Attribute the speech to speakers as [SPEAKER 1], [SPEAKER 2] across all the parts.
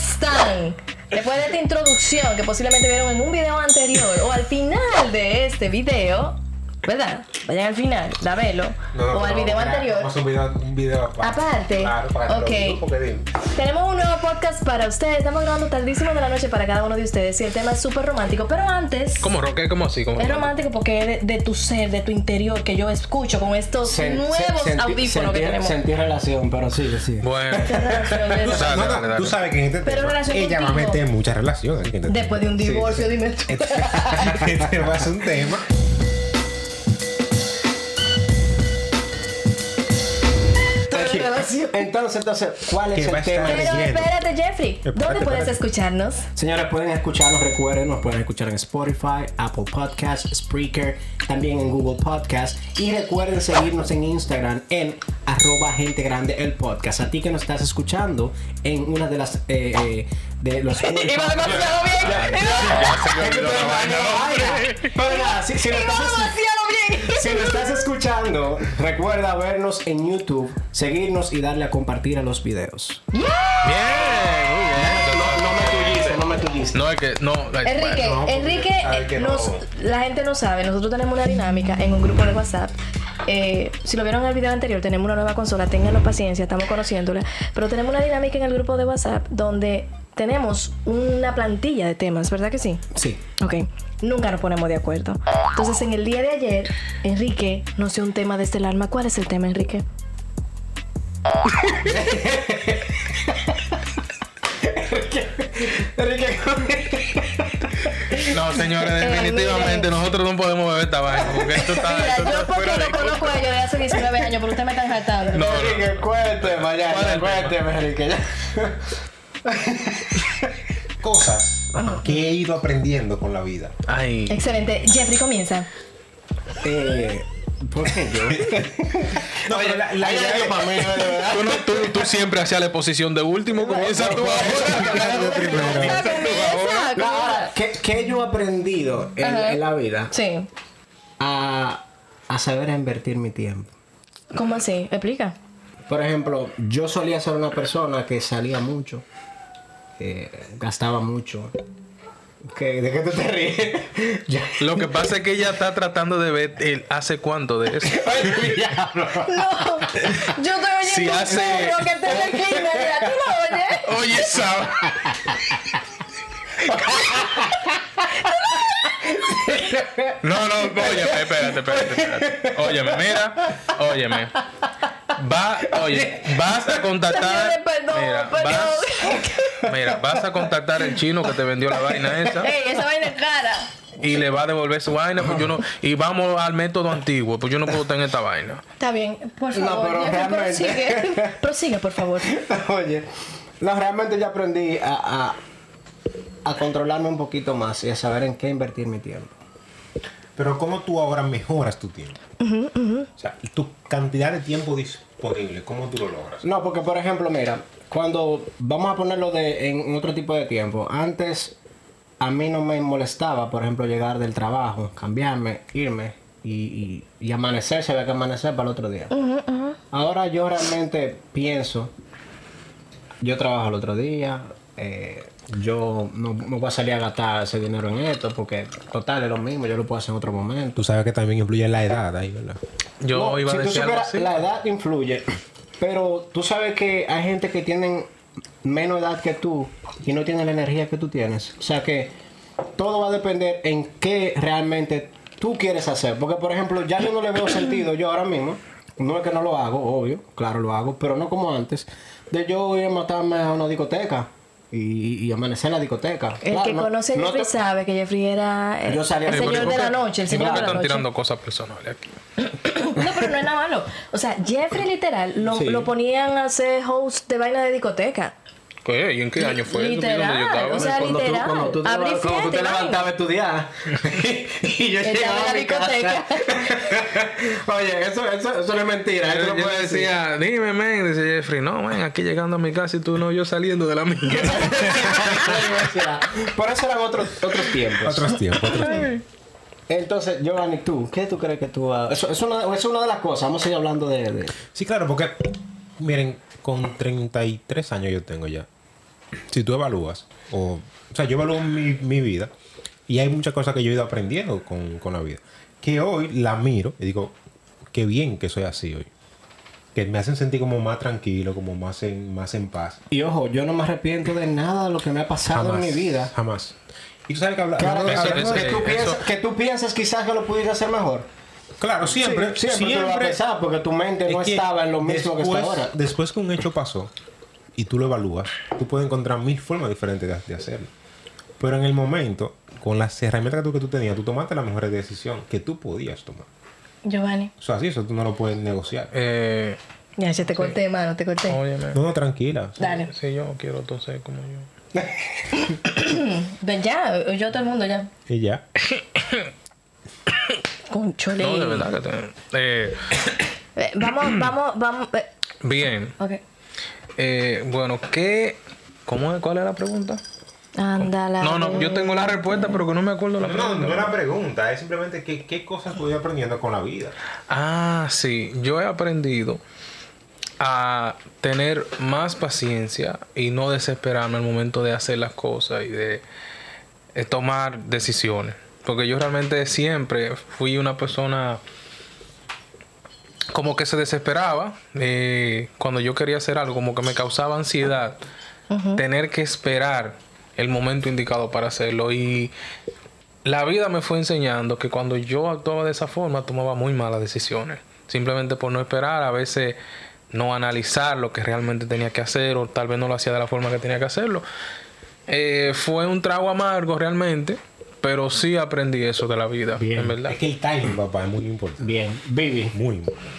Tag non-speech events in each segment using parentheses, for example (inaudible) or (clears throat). [SPEAKER 1] conclusión, después de esta introducción que posiblemente vieron en un video anterior o al final de este video, ¿verdad? Vayan al final, dámelo,
[SPEAKER 2] No, no,
[SPEAKER 1] o al
[SPEAKER 2] no,
[SPEAKER 1] video
[SPEAKER 2] mira,
[SPEAKER 1] anterior.
[SPEAKER 2] Vamos a subir un video aparte.
[SPEAKER 1] Aparte.
[SPEAKER 2] Claro, para que lo
[SPEAKER 1] Ok.
[SPEAKER 2] vean, porque dime.
[SPEAKER 1] Tenemos un nuevo podcast para ustedes. Estamos grabando tardísimo de la noche para cada uno de ustedes y el tema es súper romántico. Pero antes,
[SPEAKER 3] Como rock, como así, como
[SPEAKER 1] es romántico porque es de, de tu ser, de tu interior, que yo escucho con estos
[SPEAKER 4] Sen-
[SPEAKER 1] nuevos
[SPEAKER 4] sen- senti-
[SPEAKER 1] audífonos que
[SPEAKER 4] sentir-
[SPEAKER 1] tenemos.
[SPEAKER 4] Sentir relación, pero sí, sí.
[SPEAKER 1] (laughs)
[SPEAKER 3] Bueno,
[SPEAKER 2] Tú sabes,
[SPEAKER 3] Dale,
[SPEAKER 2] no, no,
[SPEAKER 3] dale, dale.
[SPEAKER 2] tú sabes que en este
[SPEAKER 1] Pero
[SPEAKER 2] tema,
[SPEAKER 1] relación
[SPEAKER 2] ella va a
[SPEAKER 1] contigo.
[SPEAKER 2] meter muchas relaciones. aquí en
[SPEAKER 1] (laughs)
[SPEAKER 2] este
[SPEAKER 1] Después de pues- un
[SPEAKER 2] tema.
[SPEAKER 1] divorcio,
[SPEAKER 2] Sí,
[SPEAKER 1] dime tú. (laughs)
[SPEAKER 2] sí. (laughs) Este va a ser un tema.
[SPEAKER 1] Tu relación.
[SPEAKER 4] Entonces, entonces, ¿cuál
[SPEAKER 2] Que
[SPEAKER 4] es
[SPEAKER 2] va a
[SPEAKER 4] el tema?
[SPEAKER 2] estar
[SPEAKER 1] Pero
[SPEAKER 2] Relleno.
[SPEAKER 1] espérate, Jeffrey, ¿dónde
[SPEAKER 2] Espérate,
[SPEAKER 1] puedes
[SPEAKER 2] espérate.
[SPEAKER 1] escucharnos?
[SPEAKER 4] Señores, pueden escucharnos, recuerden, nos pueden escuchar en Spotify, Apple Podcast, Spreaker, también en Google Podcast. Y recuerden seguirnos en Instagram en arroba gente grande el podcast. A ti que nos estás escuchando en una de las eh, eh,
[SPEAKER 1] (laughs)
[SPEAKER 4] de los
[SPEAKER 1] Iba demasiado bien.
[SPEAKER 4] Pero nada, si- si lo
[SPEAKER 1] Iba
[SPEAKER 4] estás escuchando-
[SPEAKER 1] demasiado bien.
[SPEAKER 4] si lo estás escuchando, recuerda vernos en YouTube, seguirnos y darle a compartir a los videos.
[SPEAKER 3] bien, muy bien.
[SPEAKER 4] No me tullices, no me tullices.
[SPEAKER 3] No, es que, no. like,
[SPEAKER 1] Enrique,
[SPEAKER 2] Bueno, porque
[SPEAKER 1] Enrique,
[SPEAKER 2] sabe que
[SPEAKER 1] eh,
[SPEAKER 2] no.
[SPEAKER 1] nos- la gente no sabe, nosotros tenemos una dinámica en un grupo de WhatsApp. Eh, si lo vieron en el video anterior, tenemos una nueva consola, ténganlo paciencia, estamos conociéndola, pero tenemos una dinámica en el grupo de WhatsApp donde tenemos una plantilla de temas, ¿verdad que sí?
[SPEAKER 4] Sí.
[SPEAKER 1] Ok, nunca nos ponemos de acuerdo. Entonces, en el día de ayer, Enrique nos dio un tema desde el alma. ¿Cuál es el tema, Enrique?
[SPEAKER 3] No,
[SPEAKER 1] (laughs)
[SPEAKER 3] señores,
[SPEAKER 1] Eh,
[SPEAKER 3] definitivamente
[SPEAKER 1] miren.
[SPEAKER 3] nosotros no podemos beber esta vaina. Porque esto está.
[SPEAKER 1] Mira,
[SPEAKER 3] esto
[SPEAKER 1] yo
[SPEAKER 3] está
[SPEAKER 1] porque
[SPEAKER 3] fuera de
[SPEAKER 1] no conozco a ellos de hace 19 años, pero usted me está jatando.
[SPEAKER 3] No,
[SPEAKER 4] Enrique, cuénteme, ya,
[SPEAKER 3] ¿Cuál es
[SPEAKER 4] ya,
[SPEAKER 3] el tema?
[SPEAKER 4] cuénteme, Enrique, ya.
[SPEAKER 2] Cosas que he ido aprendiendo con la vida.
[SPEAKER 3] Ay.
[SPEAKER 1] Excelente. Jeffrey, comienza.
[SPEAKER 4] Eh, ¿Por qué yo?
[SPEAKER 2] No, pero la, la idea es-
[SPEAKER 4] para mí, de verdad.
[SPEAKER 3] Tú, no, tú, tú siempre hacías la posición de último. Comienza
[SPEAKER 1] (laughs)
[SPEAKER 3] tú ahora.
[SPEAKER 1] Ah, comienza,
[SPEAKER 4] No,
[SPEAKER 1] comienza.
[SPEAKER 4] ahora, ¿qué, qué yo he aprendido en,
[SPEAKER 1] Ajá.
[SPEAKER 4] en la vida?
[SPEAKER 1] Sí.
[SPEAKER 4] A, a saber invertir mi tiempo.
[SPEAKER 1] ¿Cómo así? Explica.
[SPEAKER 4] Por ejemplo, yo solía ser una persona que salía mucho, eh, gastaba mucho. ¿Qué? ¿De qué tú te ríes? (laughs) Ya.
[SPEAKER 3] Lo que pasa es que ella está tratando de ver el hace cuánto de eso.
[SPEAKER 4] Oye, diablo.
[SPEAKER 1] No. Yo estoy oyendo
[SPEAKER 3] Si
[SPEAKER 1] un
[SPEAKER 3] hace-
[SPEAKER 1] perro que
[SPEAKER 3] (laughs)
[SPEAKER 1] está en la esquina. mira, ¿Tú lo oyes?
[SPEAKER 3] Oye, Saba. No, no, óyeme, espérate, espérate, espérate. Óyeme, mira, óyeme. Va, oye, vas a contactar.
[SPEAKER 1] Señores, perdón,
[SPEAKER 3] mira, Vas, mira, vas a contactar al chino que te vendió la vaina esa
[SPEAKER 1] Ey, esa vaina es cara.
[SPEAKER 3] y le va a devolver su vaina. Pues yo no, y vamos al método antiguo, pues yo no puedo tener esta vaina.
[SPEAKER 1] Está bien, por
[SPEAKER 4] No,
[SPEAKER 1] favor.
[SPEAKER 4] pero
[SPEAKER 1] Jeffrey,
[SPEAKER 4] realmente-
[SPEAKER 1] (laughs) prosigue. Prosigue, por favor.
[SPEAKER 4] Oye, no, realmente yo aprendí a, a, a controlarme un poquito más y a saber en qué invertir mi tiempo.
[SPEAKER 2] (laughs) Pero cómo tú ahora mejoras tu tiempo. O sea, tu cantidad de tiempo disponible, ¿cómo tú lo logras?
[SPEAKER 4] No, porque por ejemplo, mira, cuando vamos a ponerlo de, en otro tipo de tiempo, antes a mí no me molestaba, por ejemplo, llegar del trabajo, cambiarme, irme y, y- y amanecer, se ve que amanecer para el otro día. Ahora yo realmente pienso, yo trabajo el otro día, eh, yo no, no voy a salir a gastar ese dinero en esto, porque total es lo mismo, yo lo puedo hacer en otro momento.
[SPEAKER 2] Tú sabes que también influye la edad ahí, ¿verdad?
[SPEAKER 3] Yo
[SPEAKER 4] No,
[SPEAKER 3] iba a
[SPEAKER 4] si tú
[SPEAKER 3] decir algo
[SPEAKER 4] supieras,
[SPEAKER 3] así.
[SPEAKER 4] La edad influye, pero tú sabes que hay gente que tienen menos edad que tú y no tienen la energía que tú tienes. O sea que todo va a depender en qué realmente tú quieres hacer. Porque, por ejemplo, ya yo no le veo sentido yo ahora mismo. No es que no lo hago, obvio, claro lo hago, pero no como antes. De yo ir a matarme a una discoteca y, y amanecer en la discoteca.
[SPEAKER 1] El
[SPEAKER 4] Claro,
[SPEAKER 1] que
[SPEAKER 4] no-
[SPEAKER 1] conoce a
[SPEAKER 4] no
[SPEAKER 1] Jeffrey
[SPEAKER 4] te-
[SPEAKER 1] sabe que Jeffrey era el,
[SPEAKER 4] Yo salí a-
[SPEAKER 1] el señor de la noche. El señor
[SPEAKER 3] Yo creo que
[SPEAKER 1] de la
[SPEAKER 3] están
[SPEAKER 1] noche.
[SPEAKER 3] tirando cosas personales aquí.
[SPEAKER 1] (laughs) No, pero no es nada malo. O sea, Jeffrey literal lo,
[SPEAKER 4] Sí.
[SPEAKER 1] lo ponían a ser host de vaina de discoteca.
[SPEAKER 3] ¿Qué? Pues, ¿Y en qué año fue? eso? ¿Y dónde yo
[SPEAKER 1] Literal,
[SPEAKER 3] estaba?
[SPEAKER 1] o sea,
[SPEAKER 4] cuando tú-
[SPEAKER 1] literal.
[SPEAKER 4] cuando tú te,
[SPEAKER 1] Abrí
[SPEAKER 4] leva- cuando
[SPEAKER 1] fiesta
[SPEAKER 4] tú te
[SPEAKER 1] y vaina.
[SPEAKER 4] levantabas a estudiar y yo
[SPEAKER 1] Ella
[SPEAKER 4] llegaba
[SPEAKER 1] de
[SPEAKER 4] a
[SPEAKER 1] la
[SPEAKER 4] mi casa. (laughs) Oye, eso, eso, eso no es mentira. Eso
[SPEAKER 3] Yo,
[SPEAKER 4] no
[SPEAKER 3] yo
[SPEAKER 4] puede
[SPEAKER 3] le (laughs)
[SPEAKER 4] decir.
[SPEAKER 3] decía, dime, men, dice Jeffrey, no, men, aquí llegando a mi casa y tú no, yo saliendo de
[SPEAKER 1] (laughs)
[SPEAKER 3] la mía.
[SPEAKER 4] Por eso eran otros, otros tiempos.
[SPEAKER 2] Otros tiempos, otros
[SPEAKER 1] (laughs)
[SPEAKER 2] tiempos.
[SPEAKER 4] Entonces, Giovanni, tú, ¿qué tú crees que tú has- Eso es una, es una de las cosas. Vamos a ir hablando de. de-
[SPEAKER 2] Sí, claro, porque miren, con 33 años yo tengo ya. si tú evalúas, o, o sea, yo evalúo mi, mi vida y hay muchas cosas que yo he ido aprendiendo con, con la vida. Que hoy la miro y digo, qué bien que soy así hoy. Que me hacen sentir como más tranquilo, como más en, más en paz.
[SPEAKER 4] Y ojo, yo no me arrepiento de nada de lo que me ha pasado en mi vida.
[SPEAKER 2] Jamás. Y tú sabes que habla-
[SPEAKER 4] Claro,
[SPEAKER 2] hablando de-
[SPEAKER 3] eso-
[SPEAKER 4] hablando que, tú
[SPEAKER 3] eso-
[SPEAKER 4] piensas, que tú piensas quizás que lo pudiese hacer mejor.
[SPEAKER 2] claro, siempre,
[SPEAKER 4] Sí, siempre, te lo vas a
[SPEAKER 2] siempre,
[SPEAKER 4] pensar porque tu mente no
[SPEAKER 2] Es que
[SPEAKER 4] estaba en lo mismo que está
[SPEAKER 2] después-
[SPEAKER 4] ahora.
[SPEAKER 2] Después que un hecho pasó y tú lo evalúas, tú puedes encontrar mil formas diferentes de, de hacerlo. Pero en el momento, con las herramientas que tú, que tú tenías, tú tomaste la mejor decisión que tú podías tomar.
[SPEAKER 1] Giovanni,
[SPEAKER 2] O sea, sí, eso tú no lo puedes negociar.
[SPEAKER 3] Eh,
[SPEAKER 1] ya se te corté, mano, te corté.
[SPEAKER 3] óyeme.
[SPEAKER 2] No, no, tranquila.
[SPEAKER 1] Dale.
[SPEAKER 3] Si yo quiero toser como yo.
[SPEAKER 1] Ven ya, yo todo el mundo ya.
[SPEAKER 2] Y ya.
[SPEAKER 1] Con
[SPEAKER 3] No, de verdad que te... Eh, (clears throat)
[SPEAKER 1] vamos, vamos, vamos. eh,
[SPEAKER 3] bien.
[SPEAKER 1] ok.
[SPEAKER 3] Eh, bueno, ¿qué... ¿Cómo es? ¿Cuál es la pregunta?
[SPEAKER 1] Ándala.
[SPEAKER 3] No, no, yo tengo la respuesta, pero que no me acuerdo la
[SPEAKER 2] No,
[SPEAKER 3] pregunta.
[SPEAKER 2] no era pregunta, es simplemente qué, qué cosas tú ibas aprendiendo con la vida.
[SPEAKER 3] Ah, sí. Yo he aprendido a tener más paciencia y no desesperarme al momento de hacer las cosas y de eh, tomar decisiones. Porque yo realmente siempre fui una persona como que se desesperaba eh, cuando yo quería hacer algo, como que me causaba ansiedad tener que esperar el momento indicado para hacerlo. Y la vida me fue enseñando que cuando yo actuaba de esa forma tomaba muy malas decisiones. Simplemente por no esperar, a veces no analizar lo que realmente tenía que hacer o tal vez no lo hacía de la forma que tenía que hacerlo. Eh, fue un trago amargo realmente, pero sí aprendí eso de la vida, en verdad.
[SPEAKER 2] Es que el timing, papá, es muy importante.
[SPEAKER 4] Bien, Vivi.
[SPEAKER 2] Muy importante.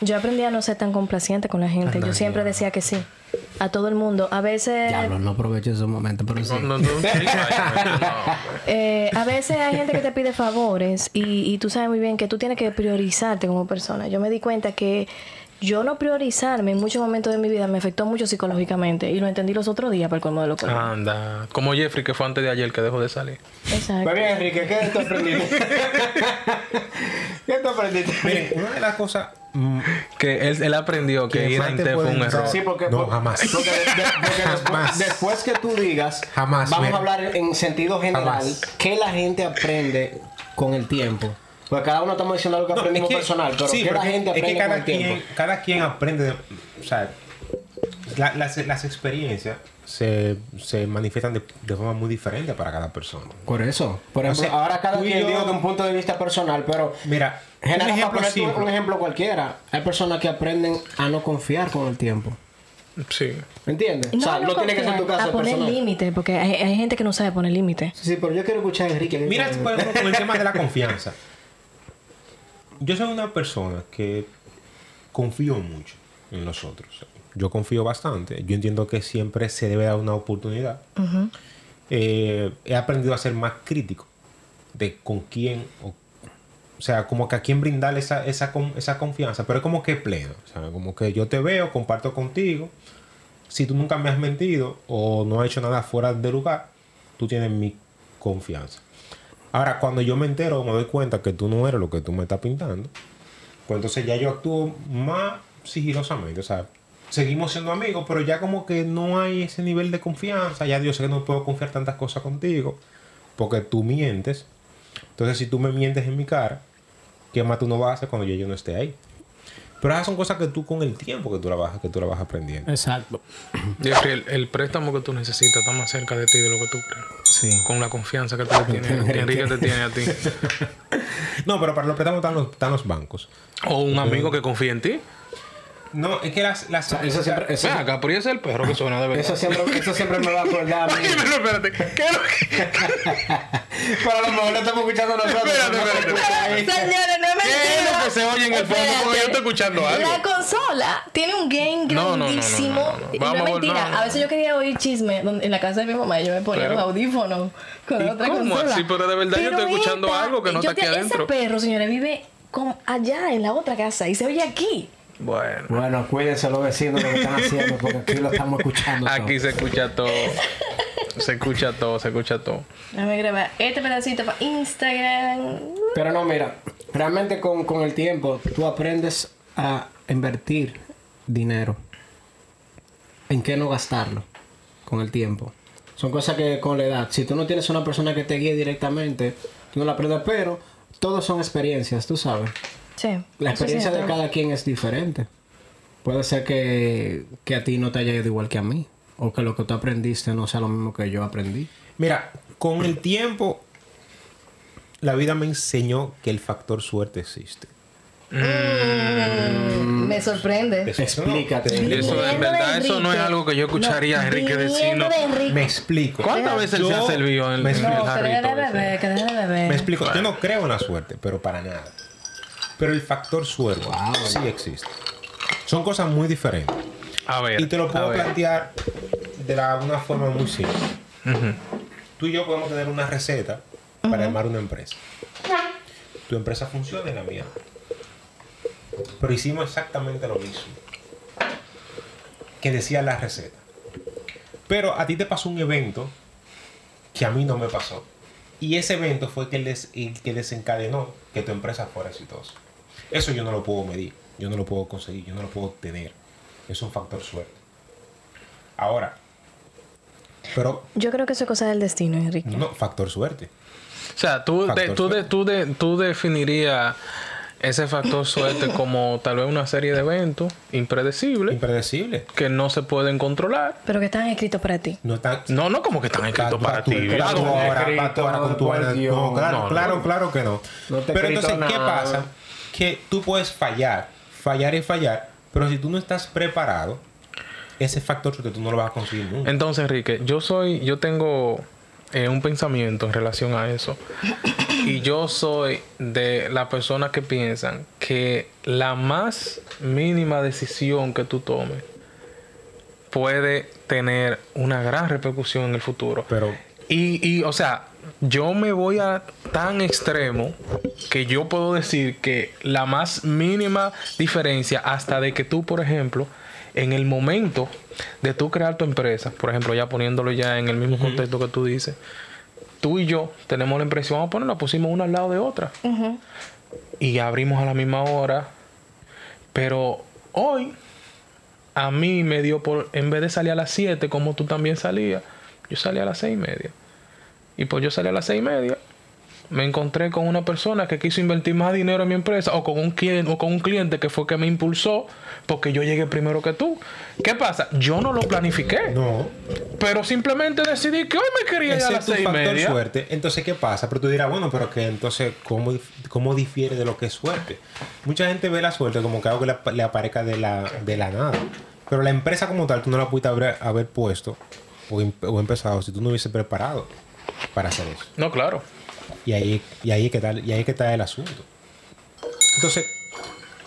[SPEAKER 1] Yo aprendí a no ser tan complaciente con la gente. yo siempre decía que sí. A todo el mundo. A veces.
[SPEAKER 4] Diablo, no aprovecho ese momento, pero sí.
[SPEAKER 3] No, no, no, sí, vaya, no.
[SPEAKER 1] eh, a veces hay gente que te pide favores y, y tú sabes muy bien que tú tienes que priorizarte como persona. Yo me di cuenta que yo no priorizarme en muchos momentos de mi vida me afectó mucho psicológicamente y lo entendí los otros días por el colmo de los
[SPEAKER 3] Ah.
[SPEAKER 1] colmos.
[SPEAKER 3] Anda, como Jeffrey que fue antes de ayer que dejó de salir.
[SPEAKER 1] Exacto.
[SPEAKER 4] Muy bien, Enrique, ¿qué tú aprendiste? (laughs) ¿Qué tú aprendiste?
[SPEAKER 2] Miren, una de las cosas mm,
[SPEAKER 3] Que él, él aprendió que
[SPEAKER 2] Que
[SPEAKER 3] ir
[SPEAKER 2] Marte
[SPEAKER 3] antes fue
[SPEAKER 2] puede
[SPEAKER 3] un
[SPEAKER 2] entrar.
[SPEAKER 3] error.
[SPEAKER 4] Sí, porque,
[SPEAKER 2] No,
[SPEAKER 4] porque-
[SPEAKER 2] jamás.
[SPEAKER 4] Porque, de- de- porque despu-
[SPEAKER 2] Jamás.
[SPEAKER 4] después que tú digas,
[SPEAKER 2] Jamás,
[SPEAKER 4] vamos
[SPEAKER 2] mira.
[SPEAKER 4] a hablar en sentido general,
[SPEAKER 2] Jamás.
[SPEAKER 4] que la gente aprende con el tiempo. Porque cada uno estamos diciendo algo que
[SPEAKER 2] No,
[SPEAKER 4] aprendimos
[SPEAKER 2] es que-
[SPEAKER 4] personal, pero
[SPEAKER 2] sí,
[SPEAKER 4] ¿qué la
[SPEAKER 2] porque
[SPEAKER 4] gente
[SPEAKER 2] es
[SPEAKER 4] aprende
[SPEAKER 2] que
[SPEAKER 4] con
[SPEAKER 2] cada
[SPEAKER 4] el tiempo?
[SPEAKER 2] quien, cada quien aprende, de- o sea, la- las, las experiencias se, se manifiestan de, de forma muy diferente para cada persona.
[SPEAKER 4] Por eso. Por ejemplo,
[SPEAKER 2] sea,
[SPEAKER 4] ahora cada
[SPEAKER 2] tú y
[SPEAKER 4] quien
[SPEAKER 2] yo-
[SPEAKER 4] digo de un punto de vista personal, pero
[SPEAKER 2] Mira, un
[SPEAKER 4] general, para
[SPEAKER 2] ejemplo
[SPEAKER 4] ponerte un-
[SPEAKER 2] simple.
[SPEAKER 4] un ejemplo cualquiera, hay personas que aprenden a no confiar con el tiempo.
[SPEAKER 3] Sí.
[SPEAKER 4] ¿Me entiendes?
[SPEAKER 1] No,
[SPEAKER 4] o sea, no,
[SPEAKER 1] no
[SPEAKER 4] tiene que ser tu
[SPEAKER 1] confiar,
[SPEAKER 4] caso
[SPEAKER 1] A poner
[SPEAKER 4] personal.
[SPEAKER 1] límites, porque hay, hay gente que no sabe poner límites.
[SPEAKER 4] Sí, sí, pero yo quiero escuchar a Enrique.
[SPEAKER 2] Mira, por ejemplo, con el tema de la confianza. Yo soy una persona que confío mucho en los otros. Yo confío bastante. Yo entiendo que siempre se debe dar una oportunidad. Eh, he aprendido a ser más crítico de con quién, o, o sea, como que a quién brindarle esa, esa, con- esa confianza, pero es como que pleno. O sea, como que yo te veo, comparto contigo. Si tú nunca me has mentido o no has hecho nada fuera de lugar, tú tienes mi confianza. Ahora, cuando yo me entero, me doy cuenta que tú no eres lo que tú me estás pintando, pues entonces ya yo actúo más sigilosamente. O sea, seguimos siendo amigos, pero ya como que no hay ese nivel de confianza. Ya yo sé que no puedo confiar tantas cosas contigo, porque tú mientes. Entonces, si tú me mientes en mi cara, ¿qué más tú no vas a hacer cuando yo, yo no esté ahí? Pero esas son cosas que tú con el tiempo que tú la vas, que tú la vas aprendiendo.
[SPEAKER 4] (laughs) Exacto.
[SPEAKER 3] Jeffrey, el, el préstamo que tú necesitas está más cerca de ti de lo que tú crees.
[SPEAKER 4] Sí.
[SPEAKER 3] Con la confianza que tú le
[SPEAKER 2] (laughs)
[SPEAKER 3] tienes, que Enrique te tiene a ti.
[SPEAKER 2] No, pero para los préstamos están los, están los bancos.
[SPEAKER 3] O un amigo que confía en ti.
[SPEAKER 2] No, es que las... las
[SPEAKER 4] Eso siempre, eso,
[SPEAKER 3] Ven acá, pero ese es el perro que suena de
[SPEAKER 4] eso
[SPEAKER 3] verdad.
[SPEAKER 4] siempre, eso siempre me va a acordar a (laughs) mí.
[SPEAKER 3] (laughs) Ay, pero espérate. ¿Qué es lo que-
[SPEAKER 2] (laughs)
[SPEAKER 4] Pero a lo mejor no estamos escuchando nosotros.
[SPEAKER 3] Espérate, espérate.
[SPEAKER 1] Señores, no me
[SPEAKER 3] ¿Qué es lo que se oye en el fondo? Porque yo estoy escuchando algo.
[SPEAKER 1] La consola tiene un game
[SPEAKER 3] No, no, no, no,
[SPEAKER 1] grandísimo.
[SPEAKER 3] no, no, no.
[SPEAKER 1] Y
[SPEAKER 3] Vamos a
[SPEAKER 1] es
[SPEAKER 3] vol-
[SPEAKER 1] mentira.
[SPEAKER 3] no, no.
[SPEAKER 1] A veces yo quería oír chisme donde- en la casa de mi mamá y yo me ponía
[SPEAKER 3] Pero-
[SPEAKER 1] los audífonos con
[SPEAKER 3] ¿Y
[SPEAKER 1] la otra
[SPEAKER 3] cómo
[SPEAKER 1] consola.
[SPEAKER 3] así? Pero de verdad yo estoy escuchando algo que no
[SPEAKER 1] yo
[SPEAKER 3] está aquí
[SPEAKER 1] te-
[SPEAKER 3] adentro.
[SPEAKER 1] Ese perro, señores, vive como allá en la otra casa y se oye aquí.
[SPEAKER 3] Bueno,
[SPEAKER 4] Bueno, cuídense los vecinos de lo que están haciendo porque aquí lo estamos escuchando. todo.
[SPEAKER 3] aquí se escucha todo. Se escucha todo, se escucha todo.
[SPEAKER 1] Déjame grabar este pedacito para Instagram.
[SPEAKER 4] Pero no, mira, realmente con, con el tiempo tú aprendes a invertir dinero. ¿En qué no gastarlo? con el tiempo. Son cosas que con la edad, si tú no tienes una persona que te guíe directamente, tú no la aprendes, pero todos son experiencias, tú sabes.
[SPEAKER 1] Sí.
[SPEAKER 4] La
[SPEAKER 1] eso es
[SPEAKER 4] experiencia de
[SPEAKER 1] cierto.
[SPEAKER 4] cada quien es diferente. Puede ser que, que a ti no te haya ido igual que a mí. O que lo que tú aprendiste no sea lo mismo que yo aprendí.
[SPEAKER 2] Mira, con el tiempo, la vida me enseñó que el factor suerte existe.
[SPEAKER 5] Mm, me sorprende.
[SPEAKER 4] Explícate.
[SPEAKER 2] Eso-
[SPEAKER 3] Eso, en
[SPEAKER 5] Viniendo de
[SPEAKER 3] verdad, eso no es
[SPEAKER 5] Enrique.
[SPEAKER 3] algo que yo escucharía a
[SPEAKER 5] No,
[SPEAKER 3] Enrique
[SPEAKER 5] viniendo
[SPEAKER 3] decirlo.
[SPEAKER 5] de Enrique.
[SPEAKER 2] Me explico.
[SPEAKER 3] ¿Cuántas veces él se ha
[SPEAKER 2] Yo-
[SPEAKER 3] servido en,
[SPEAKER 2] me
[SPEAKER 3] en el
[SPEAKER 2] explico.
[SPEAKER 5] No, que deje de
[SPEAKER 3] jarrito ese?
[SPEAKER 5] beber, que deje de
[SPEAKER 2] Me
[SPEAKER 5] beber.
[SPEAKER 2] explico. Yo no creo en la suerte, pero para nada. Pero el factor suerte sí existe. Son cosas muy diferentes.
[SPEAKER 3] A ver.
[SPEAKER 2] Y te lo
[SPEAKER 3] a
[SPEAKER 2] puedo
[SPEAKER 3] ver.
[SPEAKER 2] plantear de la- una forma muy simple. Tú y yo podemos tener una receta para armar una empresa. Tu empresa funciona y la mía. no. Pero hicimos exactamente lo mismo que decía la receta. Pero a ti te pasó un evento que a mí no me pasó. Y ese evento fue que les, el que desencadenó que tu empresa fuera exitosa. Eso yo no lo puedo medir, yo no lo puedo conseguir, yo no lo puedo obtener. Es un factor suerte. Ahora, pero
[SPEAKER 1] Yo creo que eso es cosa del destino, Enrique.
[SPEAKER 3] Mm.
[SPEAKER 2] no, factor suerte.
[SPEAKER 3] O sea, tú,
[SPEAKER 2] Factor
[SPEAKER 3] de- tú, de-
[SPEAKER 2] suerte.
[SPEAKER 3] tú, de- tú definirías ese factor suerte como tal vez una serie de eventos impredecibles
[SPEAKER 2] Impredecible.
[SPEAKER 3] que no se pueden controlar.
[SPEAKER 1] Pero que están escritos para ti.
[SPEAKER 2] No está.
[SPEAKER 3] No, no como que están
[SPEAKER 2] Claro,
[SPEAKER 3] escritos para ti.
[SPEAKER 2] Claro,
[SPEAKER 3] Claro.
[SPEAKER 2] ahora,
[SPEAKER 4] escrito,
[SPEAKER 2] va tú ahora con tu
[SPEAKER 4] después
[SPEAKER 2] vaina.
[SPEAKER 4] guión.
[SPEAKER 2] No, claro,
[SPEAKER 3] No, no.
[SPEAKER 2] claro, claro que no.
[SPEAKER 4] No te
[SPEAKER 2] pero
[SPEAKER 4] escrito
[SPEAKER 2] entonces, ¿qué
[SPEAKER 4] nada.
[SPEAKER 2] pasa? Que tú puedes fallar, fallar y fallar, pero si tú no estás preparado, ese factor que tú no lo vas a conseguir nunca.
[SPEAKER 3] Entonces, Enrique, yo soy, yo tengo eh, un pensamiento en relación a eso. Y yo soy de las personas que piensan que la más mínima decisión que tú tomes puede tener una gran repercusión en el futuro.
[SPEAKER 2] Pero
[SPEAKER 3] Y, y, o sea, yo me voy a tan extremo que yo puedo decir que la más mínima diferencia, hasta de que tú, por ejemplo, en el momento de tú crear tu empresa, por ejemplo, ya poniéndolo ya en el mismo contexto que tú dices, tú y yo tenemos la impresión, vamos a ponerla, pusimos una al lado de otra y abrimos a la misma hora, pero hoy a mí me dio por, en vez de salir a las 7 como tú también salías, yo salí a las 6 y media. Y pues yo salí a las 6 y media, me encontré con una persona que quiso invertir más dinero en mi empresa o con un, clien- o con un cliente que fue que me impulsó porque yo llegué primero que tú. ¿Qué pasa? Yo no lo planifiqué,
[SPEAKER 2] no,
[SPEAKER 3] pero simplemente decidí que hoy me quería ir a
[SPEAKER 2] ese es
[SPEAKER 3] las
[SPEAKER 2] tu
[SPEAKER 3] 6 y
[SPEAKER 2] factor
[SPEAKER 3] media.
[SPEAKER 2] suerte. Entonces, ¿qué pasa? Pero tú dirás, bueno, pero que entonces, ¿cómo, dif- cómo difiere de lo que es suerte? Mucha gente ve la suerte como que algo que le, ap- le aparezca de la, de la nada. Pero la empresa como tal, tú no la pudiste haber, haber puesto o, em- o empezado si tú no hubieses preparado para hacer eso.
[SPEAKER 3] No, claro.
[SPEAKER 2] Y ahí, y ahí, es que está, y ahí es que está el asunto. Entonces,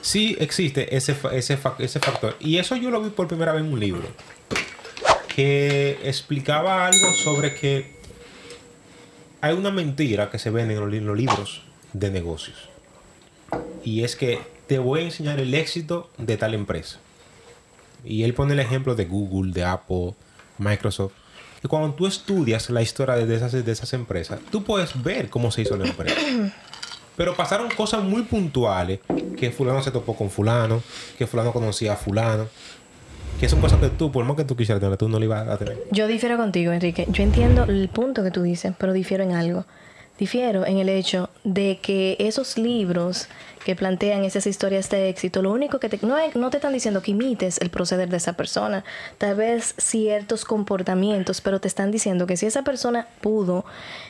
[SPEAKER 2] sí existe ese, fa- ese, fa- ese factor. Y eso yo lo vi por primera vez en un libro. Que explicaba algo sobre que hay una mentira que se vende en los, li- los libros de negocios. Y es que te voy a enseñar el éxito de tal empresa. Y él pone el ejemplo de Google, de Apple, Microsoft. Que cuando tú estudias la historia de esas, de esas empresas, tú puedes ver cómo se hizo la empresa. Pero pasaron cosas muy puntuales, que fulano se topó con fulano, que fulano conocía a fulano, que son cosas que tú, por más que tú quisieras tener, tú no le ibas a tener.
[SPEAKER 1] Yo difiero contigo, Enrique. Yo entiendo el punto que tú dices, pero difiero en algo. Difiero en el hecho de que esos libros que plantean esas historias de éxito, lo único que te, no, es- no te están diciendo que imites el proceder de esa persona, tal vez ciertos comportamientos, pero te están diciendo que si esa persona pudo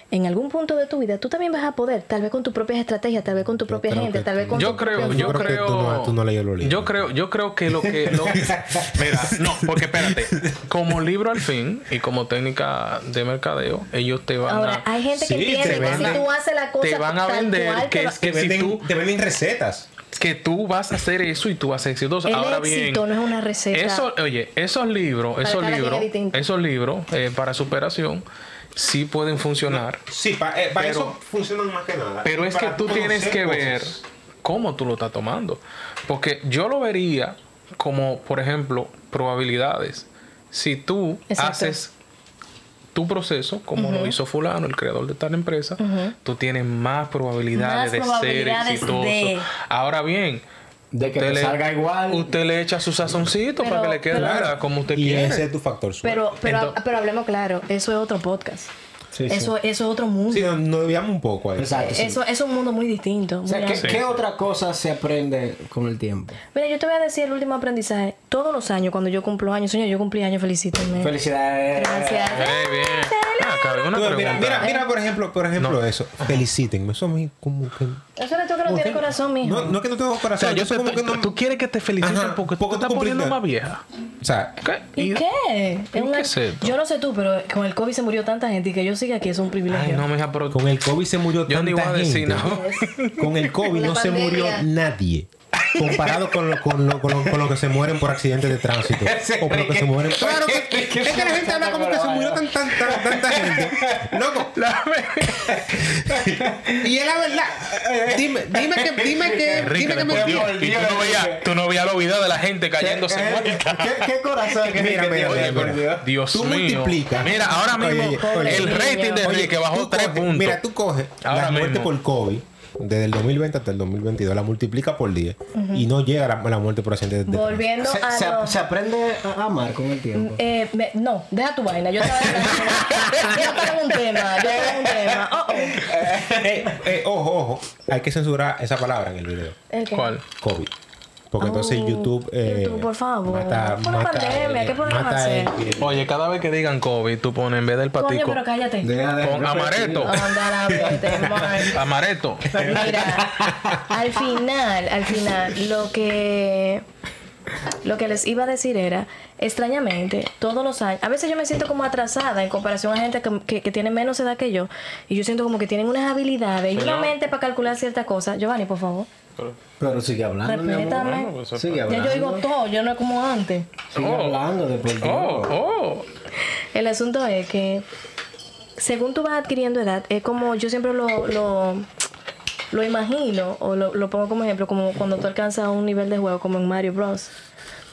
[SPEAKER 1] en algún punto de tu vida, tú también vas a poder, tal vez con tu propia estrategia, tal vez con tu propia
[SPEAKER 2] creo
[SPEAKER 1] gente,
[SPEAKER 2] que
[SPEAKER 1] tal vez
[SPEAKER 2] tú-
[SPEAKER 1] con
[SPEAKER 3] Yo
[SPEAKER 1] tu
[SPEAKER 3] creo,
[SPEAKER 1] propio
[SPEAKER 3] yo
[SPEAKER 2] creo que
[SPEAKER 3] creo.
[SPEAKER 2] tú no- tú no leías los libros.
[SPEAKER 3] Yo creo, yo creo que lo que. lo- (laughs) mira, no, porque espérate. Como libro al fin y como técnica de mercadeo, ellos te van
[SPEAKER 1] Ahora,
[SPEAKER 3] a.
[SPEAKER 1] hay gente
[SPEAKER 2] Sí,
[SPEAKER 1] que entiende
[SPEAKER 2] te
[SPEAKER 1] que
[SPEAKER 2] venden-
[SPEAKER 1] si tú haces la cosa
[SPEAKER 3] te van a
[SPEAKER 1] tal
[SPEAKER 3] vender
[SPEAKER 1] cual,
[SPEAKER 3] que
[SPEAKER 1] te va-
[SPEAKER 3] es que-
[SPEAKER 2] Te
[SPEAKER 3] si
[SPEAKER 2] venden,
[SPEAKER 3] tú-
[SPEAKER 2] te venden recetas.
[SPEAKER 3] Que tú vas a hacer eso y tú vas a ser exitoso.
[SPEAKER 1] El
[SPEAKER 3] Ahora
[SPEAKER 1] éxito
[SPEAKER 3] bien.
[SPEAKER 1] no es una receta.
[SPEAKER 3] Eso, oye, esos libros,
[SPEAKER 1] Para
[SPEAKER 3] esos
[SPEAKER 1] cada quien es
[SPEAKER 3] libros,
[SPEAKER 1] distinto.
[SPEAKER 3] esos libros eh, para superación sí pueden funcionar.
[SPEAKER 2] Sí, eh, para
[SPEAKER 3] Pero-
[SPEAKER 2] eso funcionan más que nada.
[SPEAKER 3] Pero es que
[SPEAKER 2] Para
[SPEAKER 3] tú tienes
[SPEAKER 2] conocer
[SPEAKER 3] que ver
[SPEAKER 2] cosas.
[SPEAKER 3] cómo tú lo estás tomando. Porque yo lo vería como, por ejemplo, probabilidades. Si tú
[SPEAKER 1] Exacto.
[SPEAKER 3] haces tu proceso, como lo hizo fulano, el creador de tal empresa, tú tienes más probabilidades
[SPEAKER 5] Más
[SPEAKER 3] de
[SPEAKER 5] probabilidades
[SPEAKER 3] ser exitoso.
[SPEAKER 5] de-
[SPEAKER 3] Ahora bien,
[SPEAKER 4] De que te
[SPEAKER 3] le-
[SPEAKER 4] salga igual.
[SPEAKER 3] Usted le echa su sazoncito para que
[SPEAKER 1] Pero-
[SPEAKER 3] le quede
[SPEAKER 1] pero-
[SPEAKER 3] clara como usted
[SPEAKER 2] Y
[SPEAKER 3] quiere.
[SPEAKER 2] ese es tu factor suerte.
[SPEAKER 1] Pero, pero, ah,
[SPEAKER 3] Entonces-
[SPEAKER 1] pero hablemos claro, eso es otro podcast.
[SPEAKER 4] Sí, sí.
[SPEAKER 1] eso, eso es otro mundo.
[SPEAKER 2] Sí, no- nos debíamos un poco ahí.
[SPEAKER 4] Exacto. sí.
[SPEAKER 1] eso, eso es un mundo muy distinto.
[SPEAKER 4] O
[SPEAKER 1] muy
[SPEAKER 4] sea, ¿qué,
[SPEAKER 1] amplio.
[SPEAKER 4] qué otra cosa se aprende con el tiempo?
[SPEAKER 1] Mira, yo te voy a decir el último aprendizaje. Todos los años, cuando yo cumplo años, señor, yo cumplí años, felicítenme.
[SPEAKER 4] Felicidades.
[SPEAKER 1] Gracias.
[SPEAKER 3] Ey, bien. Ah, cabrón, una
[SPEAKER 2] Tú ves, mira,
[SPEAKER 3] pregunta.
[SPEAKER 2] mira, mira, por ejemplo, por ejemplo eso. Felicítenme. Eso a mí como que...
[SPEAKER 1] Eso eres tú que no tienes corazón, mijo.
[SPEAKER 2] No, no es que no tengo
[SPEAKER 3] O sea,
[SPEAKER 2] corazón.
[SPEAKER 3] yo
[SPEAKER 2] eso
[SPEAKER 3] te-
[SPEAKER 2] como que
[SPEAKER 3] tú,
[SPEAKER 2] no...
[SPEAKER 3] tú quieres que te feliciten
[SPEAKER 2] Ajá,
[SPEAKER 3] porque tú
[SPEAKER 2] porque
[SPEAKER 3] te
[SPEAKER 2] tú
[SPEAKER 3] estás poniendo
[SPEAKER 2] cumpliste.
[SPEAKER 3] más vieja.
[SPEAKER 2] O sea,
[SPEAKER 3] ¿Qué?
[SPEAKER 1] ¿Y
[SPEAKER 3] Y-
[SPEAKER 1] qué? Es
[SPEAKER 3] ¿Y
[SPEAKER 1] una-
[SPEAKER 3] qué es esto?
[SPEAKER 1] yo no sé tú, pero con el COVID se murió tanta gente y que yo siga aquí es un privilegio.
[SPEAKER 3] Ay, no, mija, pero
[SPEAKER 2] con el COVID se murió
[SPEAKER 3] yo
[SPEAKER 2] tanta
[SPEAKER 3] ni voy a decir
[SPEAKER 2] gente.
[SPEAKER 3] nada.
[SPEAKER 2] (laughs) Con el COVID
[SPEAKER 1] La
[SPEAKER 2] no se
[SPEAKER 1] pandemia.
[SPEAKER 2] murió nadie. Comparado con lo, con, lo, con, lo, con lo que se mueren por accidentes
[SPEAKER 3] (laughs)
[SPEAKER 2] de tránsito. O por lo que se mueren. Claro que, es que la gente habla como que se murió tan, tan, tan- tanta gente.
[SPEAKER 3] (laughs)
[SPEAKER 2] Loco. (laughs) y es la verdad. Dime, dime que, dime que, dime que me
[SPEAKER 4] respondió.
[SPEAKER 2] murió.
[SPEAKER 4] Dios.
[SPEAKER 3] veías tú no veías los videos de la gente
[SPEAKER 2] (laughs)
[SPEAKER 4] ¿Qué- ¿Qué, qué corazón que
[SPEAKER 2] Mira, mira,
[SPEAKER 4] tiene,
[SPEAKER 2] mira,
[SPEAKER 4] por
[SPEAKER 2] mira.
[SPEAKER 4] Dios?
[SPEAKER 3] Dios
[SPEAKER 2] Tú
[SPEAKER 3] mío.
[SPEAKER 2] multiplicas.
[SPEAKER 3] Mira, ahora
[SPEAKER 2] Oye,
[SPEAKER 3] mismo
[SPEAKER 2] oye,
[SPEAKER 3] el
[SPEAKER 1] oye.
[SPEAKER 3] rating de Ricky bajó
[SPEAKER 2] tú
[SPEAKER 3] 3
[SPEAKER 2] coges-
[SPEAKER 3] puntos.
[SPEAKER 2] Mira, tú coges
[SPEAKER 3] Ahora
[SPEAKER 2] la muerte
[SPEAKER 3] mismo.
[SPEAKER 2] por COVID desde el 2020 hasta el 2022, la multiplica por 10 y no llega la, la muerte por accidente de tránsito.
[SPEAKER 1] Volviendo
[SPEAKER 4] Se,
[SPEAKER 1] a
[SPEAKER 4] se-
[SPEAKER 1] los-
[SPEAKER 4] se aprende a amar con el tiempo.
[SPEAKER 1] Eh, me- no, deja tu vaina. Yo estaba (laughs) yo estaba en un tema. Yo estaba en un tema. Oh, oh.
[SPEAKER 2] Eh, eh, ojo, ojo, hay que censurar esa palabra en el video.
[SPEAKER 1] ¿El qué?
[SPEAKER 3] ¿Cuál?
[SPEAKER 2] COVID. Porque entonces
[SPEAKER 1] Oh,
[SPEAKER 2] YouTube. eh,
[SPEAKER 1] YouTube, por favor.
[SPEAKER 2] Mata,
[SPEAKER 1] Por la
[SPEAKER 2] mata, eh,
[SPEAKER 1] pandemia, ¿qué podemos
[SPEAKER 2] mata
[SPEAKER 1] hacer?
[SPEAKER 2] el- el-
[SPEAKER 3] Oye, cada vez que digan COVID, tú pones en vez del
[SPEAKER 1] Coño,
[SPEAKER 3] patico,
[SPEAKER 1] pero cállate.
[SPEAKER 4] Deja de-
[SPEAKER 3] pon amareto.
[SPEAKER 1] Anda, la vete,
[SPEAKER 3] (laughs)
[SPEAKER 1] man.
[SPEAKER 3] Amareto.
[SPEAKER 1] Mira, al final, al final, lo que lo que les iba a decir era, extrañamente, todos los años, a veces yo me siento como atrasada en comparación a gente que, que, que tiene menos edad que yo, y yo siento como que tienen unas habilidades y una
[SPEAKER 3] Señor.
[SPEAKER 1] mente para calcular ciertas cosas. Giovanni, por favor,
[SPEAKER 4] Pero sigue hablando, mi amor.
[SPEAKER 1] respétame.
[SPEAKER 4] Sigue
[SPEAKER 1] Ya
[SPEAKER 4] hablando.
[SPEAKER 1] yo digo todo, yo no es como antes.
[SPEAKER 4] Sigue
[SPEAKER 3] pues, Oh.
[SPEAKER 4] hablando de por Dios.
[SPEAKER 3] Oh, oh.
[SPEAKER 1] El asunto es que según tú vas adquiriendo edad, es como yo siempre lo, lo, lo imagino o lo, lo pongo como ejemplo, como cuando tú alcanzas un nivel de juego como en Mario Bros.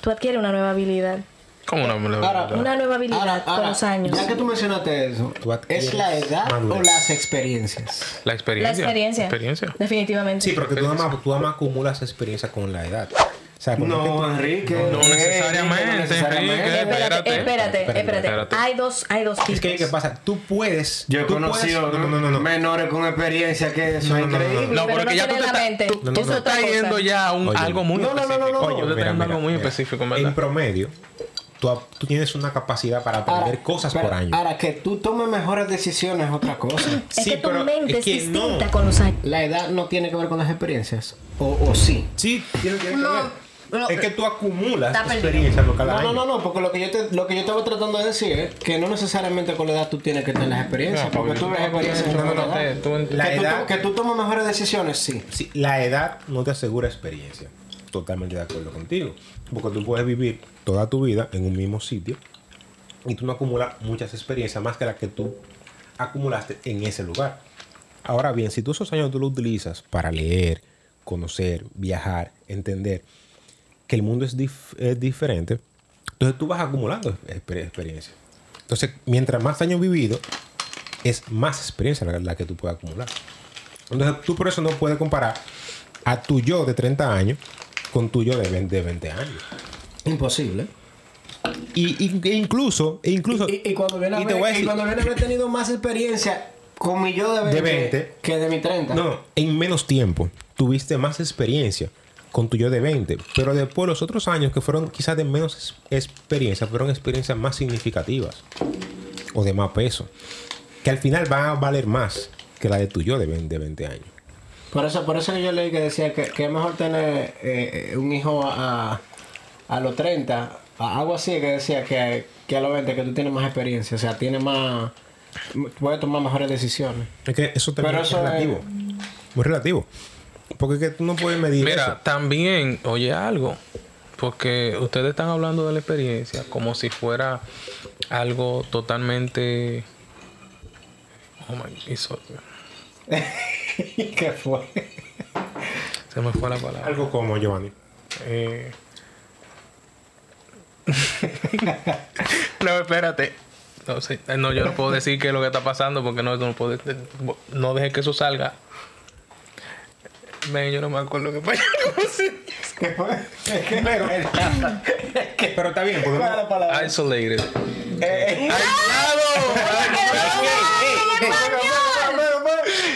[SPEAKER 1] Tú adquieres una nueva habilidad.
[SPEAKER 3] ¿Cómo no me lo
[SPEAKER 4] Ahora-
[SPEAKER 1] Una nueva habilidad con los años.
[SPEAKER 4] Ya que tú mencionaste eso,
[SPEAKER 2] Tú adquieres
[SPEAKER 4] ¿es la edad o
[SPEAKER 2] madurez.
[SPEAKER 4] las experiencias?
[SPEAKER 3] La
[SPEAKER 1] La
[SPEAKER 3] experiencia.
[SPEAKER 1] experiencia.
[SPEAKER 3] experiencia.
[SPEAKER 1] Definitivamente.
[SPEAKER 2] Sí, porque tú nada más, tú nada más acumulas experiencia con la edad. O sea, por más que tú-
[SPEAKER 4] Enrique.
[SPEAKER 3] No necesariamente, Enrique.
[SPEAKER 1] Espérate,
[SPEAKER 3] Espérate.
[SPEAKER 1] espérate,
[SPEAKER 2] Espérate,
[SPEAKER 1] espérate.
[SPEAKER 3] espérate.
[SPEAKER 1] Hay dos, hay dos tipos.
[SPEAKER 2] Es que, ¿qué pasa? Tú puedes.
[SPEAKER 4] Yo he
[SPEAKER 2] tú
[SPEAKER 4] conocido
[SPEAKER 2] puedes- no, no, no, no.
[SPEAKER 4] menores con experiencia que son
[SPEAKER 2] No, no, no, no.
[SPEAKER 4] increíbles.
[SPEAKER 3] No,
[SPEAKER 1] Pero
[SPEAKER 3] porque
[SPEAKER 1] no
[SPEAKER 3] ya tú
[SPEAKER 1] tiene
[SPEAKER 3] te
[SPEAKER 1] la mente.
[SPEAKER 3] estás, tú,
[SPEAKER 1] No,
[SPEAKER 3] tú
[SPEAKER 1] no,
[SPEAKER 3] te
[SPEAKER 1] no.
[SPEAKER 3] estás yendo ya a un,
[SPEAKER 2] Oye.
[SPEAKER 3] algo muy
[SPEAKER 4] No, no, no, no,
[SPEAKER 3] específico.
[SPEAKER 4] no, no.
[SPEAKER 3] Oye, tú te
[SPEAKER 2] mira,
[SPEAKER 3] estás yendo
[SPEAKER 2] mira,
[SPEAKER 3] algo muy
[SPEAKER 2] mira.
[SPEAKER 3] específico, en
[SPEAKER 2] En
[SPEAKER 3] ¿verdad?
[SPEAKER 2] promedio, tú, tú tienes una capacidad para aprender cosas por
[SPEAKER 4] pero
[SPEAKER 2] año.
[SPEAKER 4] Ahora, que tú tomes mejores decisiones es otra cosa.
[SPEAKER 1] Es que
[SPEAKER 2] sí,
[SPEAKER 1] tu
[SPEAKER 2] pero
[SPEAKER 1] mente
[SPEAKER 2] es
[SPEAKER 1] es
[SPEAKER 2] que
[SPEAKER 1] distinta
[SPEAKER 2] no.
[SPEAKER 1] con los años.
[SPEAKER 4] La edad no tiene que ver con las experiencias. O, o sí.
[SPEAKER 2] Sí, tiene, tiene
[SPEAKER 1] No,
[SPEAKER 2] que ver.
[SPEAKER 1] no.
[SPEAKER 2] es que tú acumulas
[SPEAKER 1] Está perdido.
[SPEAKER 2] experiencia por cada
[SPEAKER 4] No, no,
[SPEAKER 2] año.
[SPEAKER 4] no, no, porque lo que yo te, lo que yo estaba tratando de decir es que no necesariamente con la edad tú tienes que tener las experiencias,
[SPEAKER 3] No,
[SPEAKER 4] porque
[SPEAKER 3] porque
[SPEAKER 4] tú ves
[SPEAKER 3] no,
[SPEAKER 4] experiencias
[SPEAKER 3] no,
[SPEAKER 4] con
[SPEAKER 3] no,
[SPEAKER 4] la
[SPEAKER 3] no,
[SPEAKER 4] edad.
[SPEAKER 3] te- tú-
[SPEAKER 4] Que
[SPEAKER 2] la
[SPEAKER 4] tú to-
[SPEAKER 2] edad-
[SPEAKER 4] que tú tomes mejores decisiones, sí.
[SPEAKER 2] Sí, la edad no te asegura experiencia. Totalmente de acuerdo contigo. Porque tú puedes vivir toda tu vida en un mismo sitio y tú no acumulas muchas experiencias más que las que tú acumulaste en ese lugar. Ahora bien, si tú esos años tú los utilizas para leer, conocer, viajar, entender que el mundo es, dif- es diferente, entonces tú vas acumulando exper- experiencia. Entonces, mientras más años vivido, es más experiencia la- la que tú puedes acumular. Entonces tú por eso no puedes comparar a tu yo de 30 años con tu yo de 20, de 20 años.
[SPEAKER 4] Imposible.
[SPEAKER 2] Y, y- e incluso, e incluso
[SPEAKER 4] Y, y cuando viene a
[SPEAKER 2] y te
[SPEAKER 4] ver,
[SPEAKER 2] voy a
[SPEAKER 4] y
[SPEAKER 2] decir-
[SPEAKER 4] cuando viene a haber tenido más experiencia con mi yo de 20,
[SPEAKER 2] De 20.
[SPEAKER 4] que de mi 30.
[SPEAKER 2] no, no, en menos tiempo tuviste más experiencia con tu yo de 20, pero después los otros años que fueron quizás de menos es- experiencia, fueron experiencias más significativas o de más peso, que al final van a valer más que la de tu yo de 20, de 20 años.
[SPEAKER 4] Por eso, por eso que yo leí que decía que, que es mejor tener eh, eh, un hijo a, a los 30, a- algo así que decía que, que a los 20, que tú tienes más experiencia, o sea, tienes más, puedes tomar mejores (laughs) decisiones.
[SPEAKER 2] Es que eso también
[SPEAKER 4] Pero
[SPEAKER 2] es
[SPEAKER 4] eso es-
[SPEAKER 2] relativo. Muy relativo. Porque es que tú no puedes medir eso.
[SPEAKER 3] Mira, también, oye algo, porque ustedes están hablando de la experiencia como si fuera algo totalmente... Oh my, hizo-
[SPEAKER 4] ¿Qué fue?
[SPEAKER 3] se me fue la palabra.
[SPEAKER 2] Algo como Giovanni.
[SPEAKER 3] Eh. no, espérate. No, sé, no, yo no puedo decir qué es lo que está pasando porque no, no puedo. No deje que eso salga. Ven, yo no me acuerdo qué pasó.
[SPEAKER 4] ¿Qué fue? ¿Qué?
[SPEAKER 2] Pero,
[SPEAKER 4] (laughs)
[SPEAKER 2] pero está bien, por lo
[SPEAKER 4] ¿Cuál
[SPEAKER 2] menos.
[SPEAKER 4] es la palabra?
[SPEAKER 3] Isolated.
[SPEAKER 4] Eh, eh.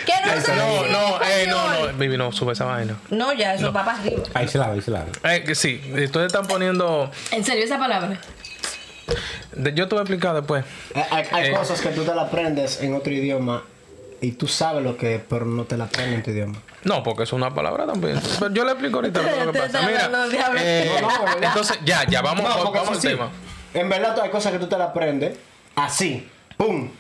[SPEAKER 5] ¿Qué no se
[SPEAKER 3] No,
[SPEAKER 5] dice
[SPEAKER 3] no,
[SPEAKER 5] en
[SPEAKER 3] eh, no,
[SPEAKER 5] español?
[SPEAKER 3] no. Baby, no, sube esa vaina.
[SPEAKER 5] No, ya, eso va para arriba.
[SPEAKER 2] Ahí se la ahí se la
[SPEAKER 3] Eh, que sí, ustedes están poniendo.
[SPEAKER 5] ¿En serio esa palabra?
[SPEAKER 3] de- Yo te voy a explicar después.
[SPEAKER 4] Eh, Hay, hay
[SPEAKER 3] Eh.
[SPEAKER 4] cosas que tú te las aprendes en otro idioma y tú sabes lo que es, pero no te la aprendes en tu idioma.
[SPEAKER 3] No, porque es una palabra también. Pero yo le explico ahorita lo
[SPEAKER 1] (laughs)
[SPEAKER 3] que
[SPEAKER 5] Ustedes
[SPEAKER 3] pasa.
[SPEAKER 5] están
[SPEAKER 3] Mira,
[SPEAKER 5] hablando de hablar.
[SPEAKER 3] eh,
[SPEAKER 4] No, no, ¿verdad?
[SPEAKER 3] entonces ya, ya vamos,
[SPEAKER 4] No, porque
[SPEAKER 3] vamos al
[SPEAKER 4] sí, sí.
[SPEAKER 3] tema.
[SPEAKER 4] En verdad hay cosas que tú te las aprendes así, ¡pum!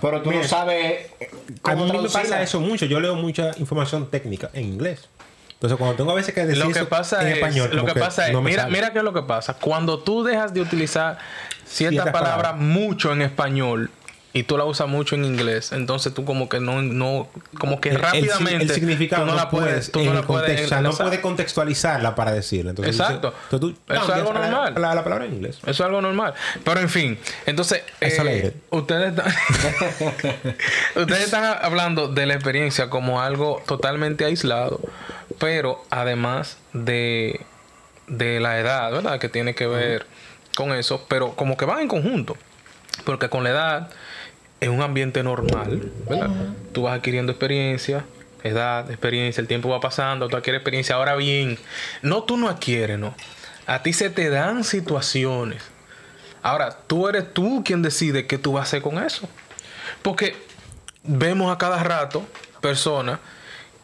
[SPEAKER 4] Pero tú no
[SPEAKER 2] Mira,
[SPEAKER 4] sabes eh,
[SPEAKER 2] A mí me
[SPEAKER 4] traducirla.
[SPEAKER 2] pasa eso mucho. Yo leo mucha información técnica en inglés. Entonces, cuando tengo a veces que decir
[SPEAKER 3] Lo que
[SPEAKER 2] eso
[SPEAKER 3] pasa
[SPEAKER 2] en
[SPEAKER 3] es,
[SPEAKER 2] español,
[SPEAKER 3] lo
[SPEAKER 2] como
[SPEAKER 3] que pasa es,
[SPEAKER 2] no me
[SPEAKER 3] mira,
[SPEAKER 2] sale.
[SPEAKER 3] mira qué es lo que pasa. Cuando tú dejas de utilizar ciertas
[SPEAKER 2] Ciertas
[SPEAKER 3] palabras
[SPEAKER 2] palabras.
[SPEAKER 3] mucho en español y tú la usas mucho en inglés, entonces tú como que no, no como que
[SPEAKER 2] El- el-
[SPEAKER 3] rápidamente
[SPEAKER 2] el, significado
[SPEAKER 3] tú no la puedes, tú
[SPEAKER 2] en
[SPEAKER 3] no la
[SPEAKER 2] el contexto,
[SPEAKER 3] puedes,
[SPEAKER 2] o sea, no
[SPEAKER 3] enlazar.
[SPEAKER 2] puedes contextualizarla para decirla. Entonces,
[SPEAKER 3] Exacto.
[SPEAKER 2] dice- entonces tú
[SPEAKER 3] Eso es
[SPEAKER 2] cambias
[SPEAKER 3] algo
[SPEAKER 2] la-
[SPEAKER 3] normal.
[SPEAKER 2] La, la palabra en inglés.
[SPEAKER 3] Eso es algo normal. Pero en fin, entonces,
[SPEAKER 2] Eso
[SPEAKER 3] eh,
[SPEAKER 2] le dije.
[SPEAKER 3] ustedes, ta- (laughs) ustedes están hablando de la experiencia como algo totalmente aislado, pero además de, de la edad, ¿verdad? Que tiene que ver con eso, pero como que van en conjunto, porque con la edad es un ambiente normal, ¿verdad? Tú vas adquiriendo experiencia. Edad, experiencia, el tiempo va pasando, tú adquieres experiencia. Ahora bien, no tú no adquieres, no. A ti se te dan situaciones. Ahora, tú eres tú quien decide qué tú vas a hacer con eso. Porque vemos a cada rato personas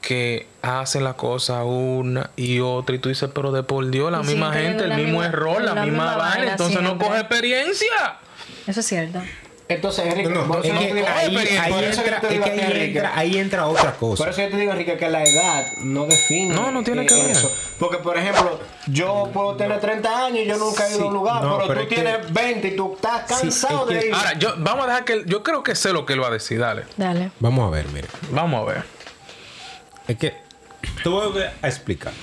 [SPEAKER 3] que hacen la cosa una y otra y tú dices, pero de por Dios, la
[SPEAKER 5] Y
[SPEAKER 3] misma
[SPEAKER 5] siguen
[SPEAKER 3] gente,
[SPEAKER 5] cayendo en
[SPEAKER 3] el
[SPEAKER 5] la
[SPEAKER 3] mismo
[SPEAKER 5] misma-
[SPEAKER 3] error,
[SPEAKER 5] en
[SPEAKER 3] la,
[SPEAKER 5] la
[SPEAKER 3] misma,
[SPEAKER 5] misma
[SPEAKER 3] vaina,
[SPEAKER 5] vaina
[SPEAKER 3] entonces no
[SPEAKER 5] siempre.
[SPEAKER 3] coge experiencia.
[SPEAKER 5] Eso es cierto.
[SPEAKER 4] Entonces, Enrique,
[SPEAKER 2] No, no,
[SPEAKER 4] vos-
[SPEAKER 2] es
[SPEAKER 4] no
[SPEAKER 2] que
[SPEAKER 4] te digo-
[SPEAKER 2] ahí-
[SPEAKER 4] por
[SPEAKER 2] ahí
[SPEAKER 4] eso que
[SPEAKER 2] entra-
[SPEAKER 4] te
[SPEAKER 2] es
[SPEAKER 4] digo
[SPEAKER 2] que
[SPEAKER 4] a ti,
[SPEAKER 2] ahí
[SPEAKER 4] Enrique,
[SPEAKER 2] entra- ahí entra otra
[SPEAKER 4] Por
[SPEAKER 2] cosa.
[SPEAKER 4] eso yo te digo, Enrique, que la edad no define. Eh,
[SPEAKER 3] No, no tiene que ver.
[SPEAKER 4] Porque, por ejemplo, yo puedo tener 30 años y yo nunca he ido a un
[SPEAKER 2] Sí,
[SPEAKER 4] lugar,
[SPEAKER 2] no,
[SPEAKER 4] pero,
[SPEAKER 2] pero
[SPEAKER 4] tú
[SPEAKER 2] es que-
[SPEAKER 4] tienes 20 y tú estás
[SPEAKER 2] Sí, es
[SPEAKER 4] cansado
[SPEAKER 2] que-
[SPEAKER 4] de ir.
[SPEAKER 3] Ahora, yo, vamos a dejar que... él- Yo creo que sé lo que él va a decir, dale.
[SPEAKER 1] Dale.
[SPEAKER 2] Vamos a ver, mire.
[SPEAKER 3] Vamos a ver.
[SPEAKER 2] Es que te voy a explicar.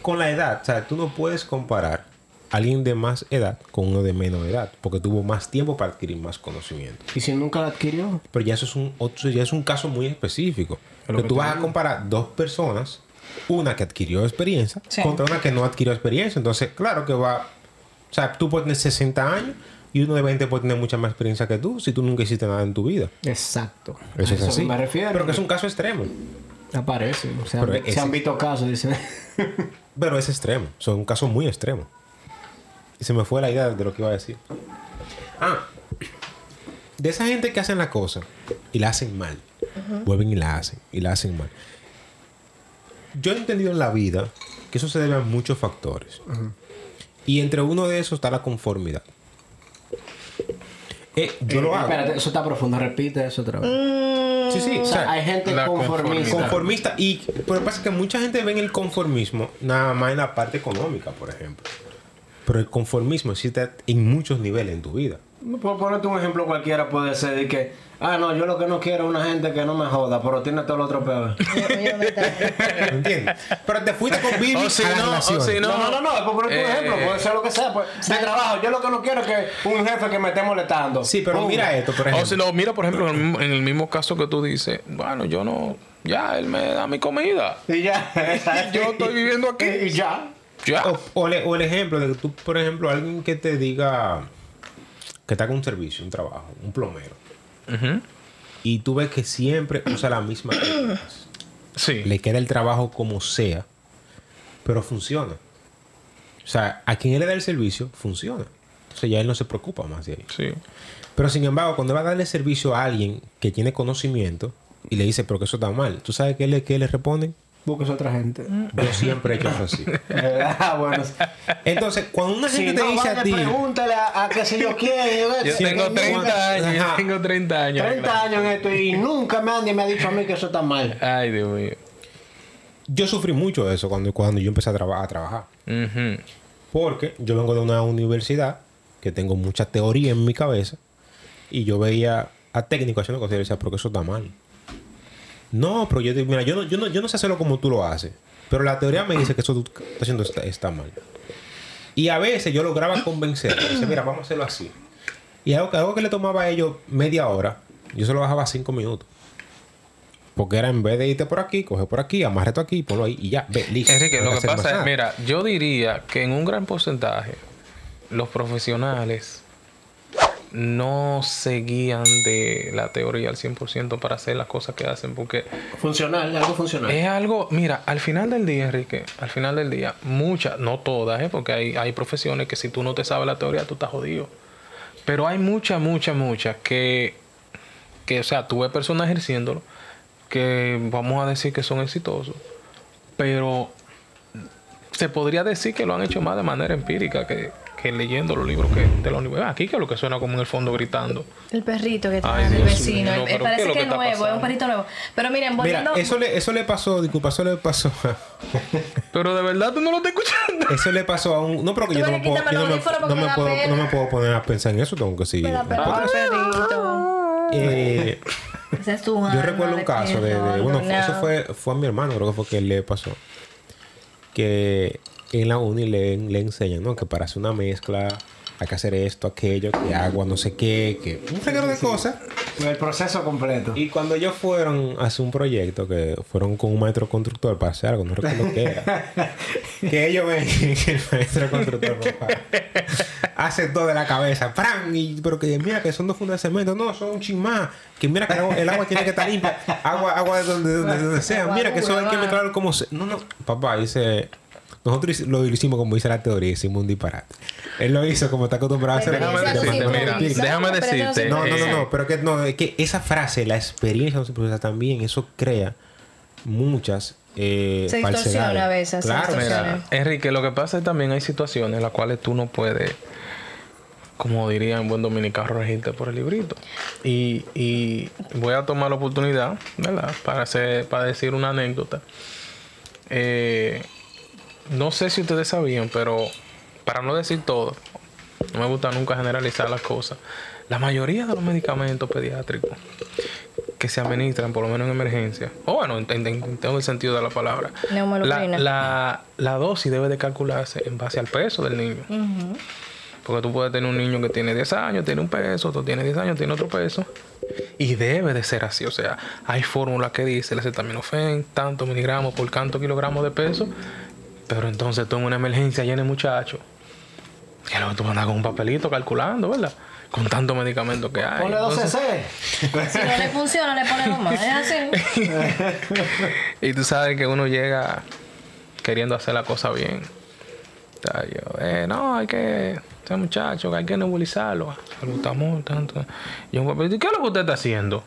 [SPEAKER 2] Con la edad, o sea, tú no puedes comparar a alguien de más edad con uno de menos edad, porque tuvo más tiempo para adquirir más conocimiento.
[SPEAKER 4] ¿Y si nunca la adquirió?
[SPEAKER 2] Pero ya eso es un otro, ya es un caso muy específico.
[SPEAKER 4] lo
[SPEAKER 2] Que
[SPEAKER 4] que
[SPEAKER 2] tú
[SPEAKER 4] te
[SPEAKER 2] vas a comparar dos personas, una que adquirió experiencia
[SPEAKER 5] Sí.
[SPEAKER 2] contra una que no adquirió experiencia. Entonces, claro que va. O sea, tú puedes tener 60 años y uno de 20 puede tener mucha más experiencia que tú si tú nunca hiciste nada en tu vida.
[SPEAKER 4] Exacto.
[SPEAKER 2] Eso, es así.
[SPEAKER 4] me refiero.
[SPEAKER 2] Pero que es un caso extremo.
[SPEAKER 4] Aparece. O sea,
[SPEAKER 2] Pero
[SPEAKER 4] se
[SPEAKER 2] ese-
[SPEAKER 4] han visto casos, dicen.
[SPEAKER 2] Pero es extremo. O sea, un caso muy extremo. Y se me fue la idea de lo que iba a decir. Ah. De esa gente que hacen la cosa y la hacen mal. Vuelven y la hacen. Y la hacen mal. Yo he entendido en la vida que eso se debe a muchos factores. Y entre uno de esos está la conformidad. Eh, yo lo hago.
[SPEAKER 4] Espérate, eso está profundo. Repite eso otra vez.
[SPEAKER 2] Sí, sí.
[SPEAKER 4] O
[SPEAKER 2] o sea,
[SPEAKER 4] sea, hay gente
[SPEAKER 3] la
[SPEAKER 4] conformista.
[SPEAKER 2] Conformista. Y pero pasa que mucha gente ve en el conformismo nada más en la parte económica, por ejemplo. Pero el conformismo existe en muchos niveles en tu vida.
[SPEAKER 4] Por ponerte un ejemplo cualquiera puede ser de que, ah, no, yo lo que no quiero es una gente que no me joda, pero tiene todo lo otro peor.
[SPEAKER 2] ¿Me entiendes? Pero te fuiste con Bibi
[SPEAKER 3] (laughs) O si
[SPEAKER 2] a la
[SPEAKER 3] no, o
[SPEAKER 2] relación.
[SPEAKER 3] si
[SPEAKER 4] (laughs) No, no, no, no, es por ponerte un
[SPEAKER 3] Eh,
[SPEAKER 4] ejemplo, puede ser lo que sea. Pues, de trabajo, yo lo que no quiero es que un jefe que me esté molestando.
[SPEAKER 2] Sí, pero
[SPEAKER 4] Pum.
[SPEAKER 2] mira esto, por ejemplo.
[SPEAKER 3] Oh. O si no, mira, por ejemplo, en el mismo- en el mismo caso que tú dices, bueno, yo no... Ya, él me da mi comida.
[SPEAKER 4] (laughs) Y ya.
[SPEAKER 3] (laughs) Yo estoy viviendo aquí.
[SPEAKER 4] Y ya.
[SPEAKER 3] Ya.
[SPEAKER 2] O, o le- o el ejemplo de que tú, por ejemplo, alguien que te diga que está con un servicio, un trabajo, un plomero.
[SPEAKER 3] Ujú.
[SPEAKER 2] Y tú ves que siempre usa la misma técnicas.
[SPEAKER 3] Sí.
[SPEAKER 2] le queda el trabajo como sea, pero funciona. O sea, a quien él le da el servicio, funciona. O sea, ya él no se preocupa más de ahí.
[SPEAKER 3] Sí.
[SPEAKER 2] Pero sin embargo, cuando él va a darle servicio a alguien que tiene conocimiento y le dice, pero que eso está mal, ¿tú sabes qué le, qué le responden?
[SPEAKER 4] Buscas otra gente.
[SPEAKER 2] Yo siempre he hecho eso así.
[SPEAKER 4] (laughs) Ah, bueno.
[SPEAKER 2] Entonces, cuando una
[SPEAKER 4] Si
[SPEAKER 2] gente te
[SPEAKER 4] no,
[SPEAKER 2] dice
[SPEAKER 4] vaya,
[SPEAKER 2] a ti,
[SPEAKER 4] pregúntale a, a que si yo quiero.
[SPEAKER 3] Yo
[SPEAKER 4] si
[SPEAKER 3] tengo
[SPEAKER 4] yo-
[SPEAKER 3] 30 años, yo
[SPEAKER 2] Ajá.
[SPEAKER 3] tengo 30 años.
[SPEAKER 4] 30 años en esto y nunca me han, me ha dicho a mí que eso está mal.
[SPEAKER 3] Ay, Dios mío.
[SPEAKER 2] yo sufrí mucho de eso cuando, cuando yo empecé a, traba- a trabajar.
[SPEAKER 3] Ujú.
[SPEAKER 2] Porque yo vengo de una universidad que tengo mucha teoría en mi cabeza y yo veía a técnicos haciendo cosas y yo decía, pero que eso está mal. No, pero yo, te- mira, yo, no, yo, no, yo no sé hacerlo como tú lo haces, pero la teoría me dice que eso tú estás haciendo está, está mal. Y a veces yo lograba convencer, dice, mira, vamos a hacerlo así. Y algo, que- algo que le tomaba a ellos media hora, yo se lo bajaba a cinco minutos. Porque era en vez de irte por aquí, coge por aquí, amarre esto aquí, ponlo ahí y ya, ve, listo.
[SPEAKER 3] Enrique,
[SPEAKER 2] No hay
[SPEAKER 3] lo que
[SPEAKER 2] hacer más
[SPEAKER 3] pasa es,
[SPEAKER 2] nada.
[SPEAKER 3] mira, yo diría que en un gran porcentaje los profesionales no se guían de la teoría al 100% para hacer las cosas que hacen, porque
[SPEAKER 4] Funcional, algo funcional.
[SPEAKER 3] es algo, mira, al final del día, Enrique, al final del día, muchas, no todas, ¿eh? porque hay, hay profesiones que si tú no te sabes la teoría, tú estás jodido. Pero hay muchas, muchas, muchas que, que, o sea, tú ves personas ejerciéndolo, que vamos a decir que son exitosos, pero se podría decir que lo han hecho más de manera empírica que, que leyendo los libros que, de la universidad. Aquí que es lo que suena como en el fondo gritando.
[SPEAKER 1] El perrito que tiene
[SPEAKER 3] Ay,
[SPEAKER 1] el
[SPEAKER 3] Dios
[SPEAKER 1] vecino.
[SPEAKER 3] mío,
[SPEAKER 1] eh,
[SPEAKER 3] pero ¿qué es
[SPEAKER 1] parece
[SPEAKER 3] lo
[SPEAKER 1] que
[SPEAKER 3] que
[SPEAKER 1] es
[SPEAKER 3] está
[SPEAKER 1] nuevo, es un
[SPEAKER 3] pasando?
[SPEAKER 1] perrito nuevo. Pero miren,
[SPEAKER 2] Mira,
[SPEAKER 1] volviendo.
[SPEAKER 2] eso le, eso le pasó, disculpa, eso le pasó (laughs) a-
[SPEAKER 3] Pero de verdad tú no lo estás escuchando.
[SPEAKER 2] Eso le pasó a un. No, pero que
[SPEAKER 1] Tú
[SPEAKER 2] yo no
[SPEAKER 1] ven
[SPEAKER 2] me
[SPEAKER 1] y
[SPEAKER 2] puedo.
[SPEAKER 1] quítame
[SPEAKER 2] yo no
[SPEAKER 1] los
[SPEAKER 2] me-
[SPEAKER 1] audífonos
[SPEAKER 2] no
[SPEAKER 1] porque me
[SPEAKER 2] me
[SPEAKER 1] da
[SPEAKER 2] puedo-
[SPEAKER 1] pena.
[SPEAKER 2] no me puedo poner a pensar en eso, tengo que seguir.
[SPEAKER 1] Me da pena,
[SPEAKER 2] Otra-
[SPEAKER 1] perrito.
[SPEAKER 2] Eh,
[SPEAKER 5] Esa es tu
[SPEAKER 2] Yo
[SPEAKER 5] alma
[SPEAKER 2] recuerdo un caso de, de-
[SPEAKER 1] no,
[SPEAKER 2] bueno,
[SPEAKER 1] no,
[SPEAKER 2] fue- eso
[SPEAKER 1] no.
[SPEAKER 2] fue, fue a mi hermano, creo que fue que le pasó. Que en la uni le, le enseñan, ¿no? Que para hacer una mezcla hay que hacer esto, aquello, que agua, no sé qué, que un reguero de cosas.
[SPEAKER 4] El proceso completo.
[SPEAKER 2] Y cuando ellos fueron a hacer un proyecto, que fueron con un maestro constructor para hacer algo, no recuerdo qué era. que ellos ven que el maestro constructor papá, hace todo de la cabeza, ¡pran! Y, pero que mira que son dos fundas de cemento, no, son un chin más. Que mira que el agua, el agua tiene que estar limpia, agua, agua de donde, de donde- de donde sea, mira que eso hay que meterlo como se. No, no, papá, dice. Nosotros hic- lo hicimos como dice la teoría, hicimos un disparate. Él lo hizo como está acostumbrado a hacer.
[SPEAKER 1] Pero
[SPEAKER 3] Déjame
[SPEAKER 1] eso
[SPEAKER 2] de
[SPEAKER 1] sí,
[SPEAKER 3] decirte,
[SPEAKER 2] manera
[SPEAKER 1] pero
[SPEAKER 3] mira,
[SPEAKER 2] empírica.
[SPEAKER 1] eso
[SPEAKER 3] déjame
[SPEAKER 1] pero eso sí,
[SPEAKER 3] decirte,
[SPEAKER 2] No, no, no,
[SPEAKER 3] eh,
[SPEAKER 2] no, pero que no, es que esa frase, la experiencia no se procesa también, eso crea muchas eh,
[SPEAKER 1] Se distorsiona
[SPEAKER 2] falsedades.
[SPEAKER 1] a veces, se
[SPEAKER 2] Claro,
[SPEAKER 1] distorsiona.
[SPEAKER 2] mira,
[SPEAKER 3] Enrique, lo que pasa es también hay situaciones en las cuales tú no puedes, como diría en buen dominicano, regirte por el librito. Y, y voy a tomar la oportunidad, ¿verdad? Para, hacer, para decir una anécdota. Eh, no sé si ustedes sabían, pero para no decir todo, no me gusta nunca generalizar las cosas. La mayoría de los medicamentos pediátricos que se administran, por lo menos en emergencia, o bueno, en, en- en todo el sentido de la palabra, la,
[SPEAKER 1] Neumolucrina.
[SPEAKER 3] la, la dosis debe de calcularse en base al peso del niño. Porque tú puedes tener un niño que tiene 10 años, tiene un peso, otro tiene 10 años, tiene otro peso. Y debe de ser así. O sea, hay fórmulas que dice el acetaminofén, tantos miligramos por tantos kilogramos de peso. Pero entonces tú en una emergencia llena el muchacho. Que luego tú vas a andar con un papelito calculando, ¿verdad? Con tantos medicamentos que hay.
[SPEAKER 4] Ponle
[SPEAKER 3] Entonces-
[SPEAKER 1] (laughs)
[SPEAKER 4] 12C.
[SPEAKER 5] Si no le funciona, le pone dos más. Es
[SPEAKER 2] (laughs)
[SPEAKER 5] así.
[SPEAKER 3] Y tú sabes que uno llega queriendo hacer la cosa bien. O sea, yo, eh, no, hay que, este muchacho, que hay que nebulizarlo. El butamol, tanto. Y un papelito, ¿y qué es lo que usted está haciendo?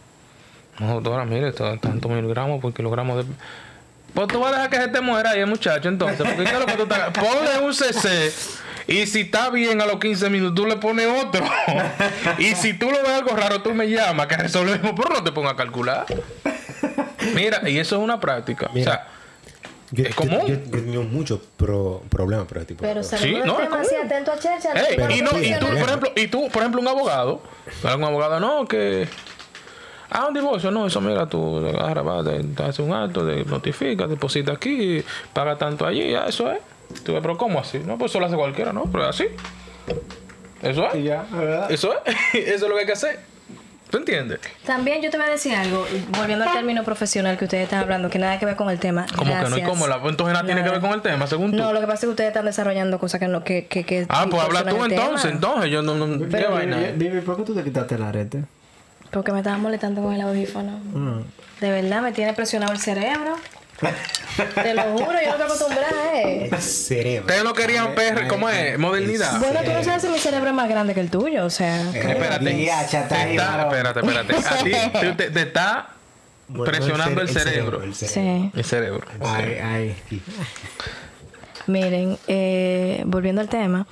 [SPEAKER 3] No, doctora, mire, esto es tantos miligramos por kilogramos de. Pues tú vas a dejar que se te muera ahí el muchacho, entonces. Porque ¿qué es lo que tú estás. Ponle un CC. Y si está bien a los 15 minutos, tú le pones otro. Y si tú lo ves algo raro, tú me llamas que resolvemos. Pero no te pongas a calcular. Mira, y eso es una práctica.
[SPEAKER 2] Mira.
[SPEAKER 3] O sea,
[SPEAKER 2] yo,
[SPEAKER 3] es común.
[SPEAKER 2] Yo, yo he tenido muchos pro- problemas por este tipo de
[SPEAKER 1] Pero
[SPEAKER 2] cosas.
[SPEAKER 1] saludos
[SPEAKER 3] no, es
[SPEAKER 1] demasiado atento a Chercha.
[SPEAKER 3] Ey,
[SPEAKER 2] Pero
[SPEAKER 3] y, no, y
[SPEAKER 2] sí,
[SPEAKER 3] tú, por
[SPEAKER 2] problema.
[SPEAKER 3] ejemplo, y tú, por ejemplo, un abogado, algún abogado, no, que. Ah, un divorcio, no, eso mira, tú agarras, vas, te, te haces un acto, te notifica, deposita aquí, paga tanto allí, ya, eso es. Tú ves, pero ¿cómo así? No, pues eso lo hace cualquiera, ¿no? Pero es así. Eso
[SPEAKER 4] Y
[SPEAKER 3] es.
[SPEAKER 4] ya, la ¿verdad?
[SPEAKER 3] Eso es. (laughs) eso es lo que hay que hacer. ¿Tú entiendes?
[SPEAKER 1] También yo te voy a decir algo, volviendo al término profesional que ustedes están hablando, que nada que ver con el tema.
[SPEAKER 3] Como que no hay
[SPEAKER 1] Gracias.
[SPEAKER 3] como la. Entonces nada tiene que ver con el tema, según tú.
[SPEAKER 1] No, lo que pasa es que ustedes están desarrollando cosas que no, que, que, que
[SPEAKER 3] ah, pues habla tú
[SPEAKER 1] distorsionan el
[SPEAKER 3] entonces,
[SPEAKER 1] tema.
[SPEAKER 3] entonces. Yo no. no ¿qué
[SPEAKER 4] Pero,
[SPEAKER 3] vaina? eh.
[SPEAKER 4] Vivi, Vivi, ¿por qué tú te quitaste el arete?
[SPEAKER 1] Porque me estaba molestando con el audífono. De verdad, me tiene presionado el cerebro. Te lo juro, yo no estoy acostumbrada, eh.
[SPEAKER 2] Cerebro.
[SPEAKER 3] Ustedes no querían PR, ¿cómo es? Modernidad.
[SPEAKER 1] Bueno, tú no sabes si mi cerebro es más grande que el tuyo, o sea.
[SPEAKER 3] Espérate.
[SPEAKER 4] Ya, chata,
[SPEAKER 3] Te
[SPEAKER 4] ahí,
[SPEAKER 3] está-
[SPEAKER 4] varón.
[SPEAKER 3] espérate, espérate.
[SPEAKER 4] (laughs)
[SPEAKER 3] A ti te, te- te está
[SPEAKER 2] Bueno,
[SPEAKER 3] presionando el,
[SPEAKER 2] cere-
[SPEAKER 3] cerebro.
[SPEAKER 2] el cerebro.
[SPEAKER 1] Sí.
[SPEAKER 3] El cerebro.
[SPEAKER 4] Ay, ay.
[SPEAKER 1] Miren, eh, volviendo al tema,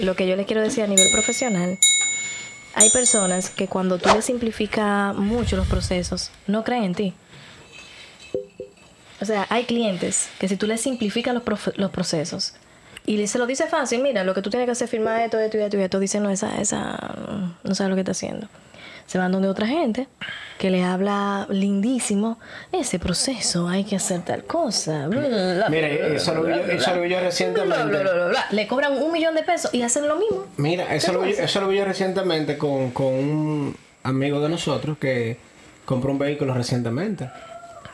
[SPEAKER 1] lo que yo les quiero decir a nivel profesional, hay personas que cuando tú les simplificas mucho los procesos, no creen en ti. O sea, hay clientes que si tú les simplificas los, profe- los procesos y le- se lo dice fácil, mira, lo que tú tienes que hacer es firmar esto, esto y esto y esto, dicen, no, esa, esa, no sabe lo que está haciendo. Se van donde otra gente que le habla lindísimo, ese proceso hay que hacer tal cosa. bla, bla, bla,
[SPEAKER 4] Mire, eso lo vi yo, eso lo vi
[SPEAKER 1] bla, bla,
[SPEAKER 4] yo
[SPEAKER 1] bla,
[SPEAKER 4] recientemente.
[SPEAKER 1] bla, bla. Le cobran un millón de pesos y hacen lo mismo.
[SPEAKER 4] Mira, eso lo, vi, eso lo vi yo recientemente con, con un amigo de nosotros que compró un vehículo recientemente.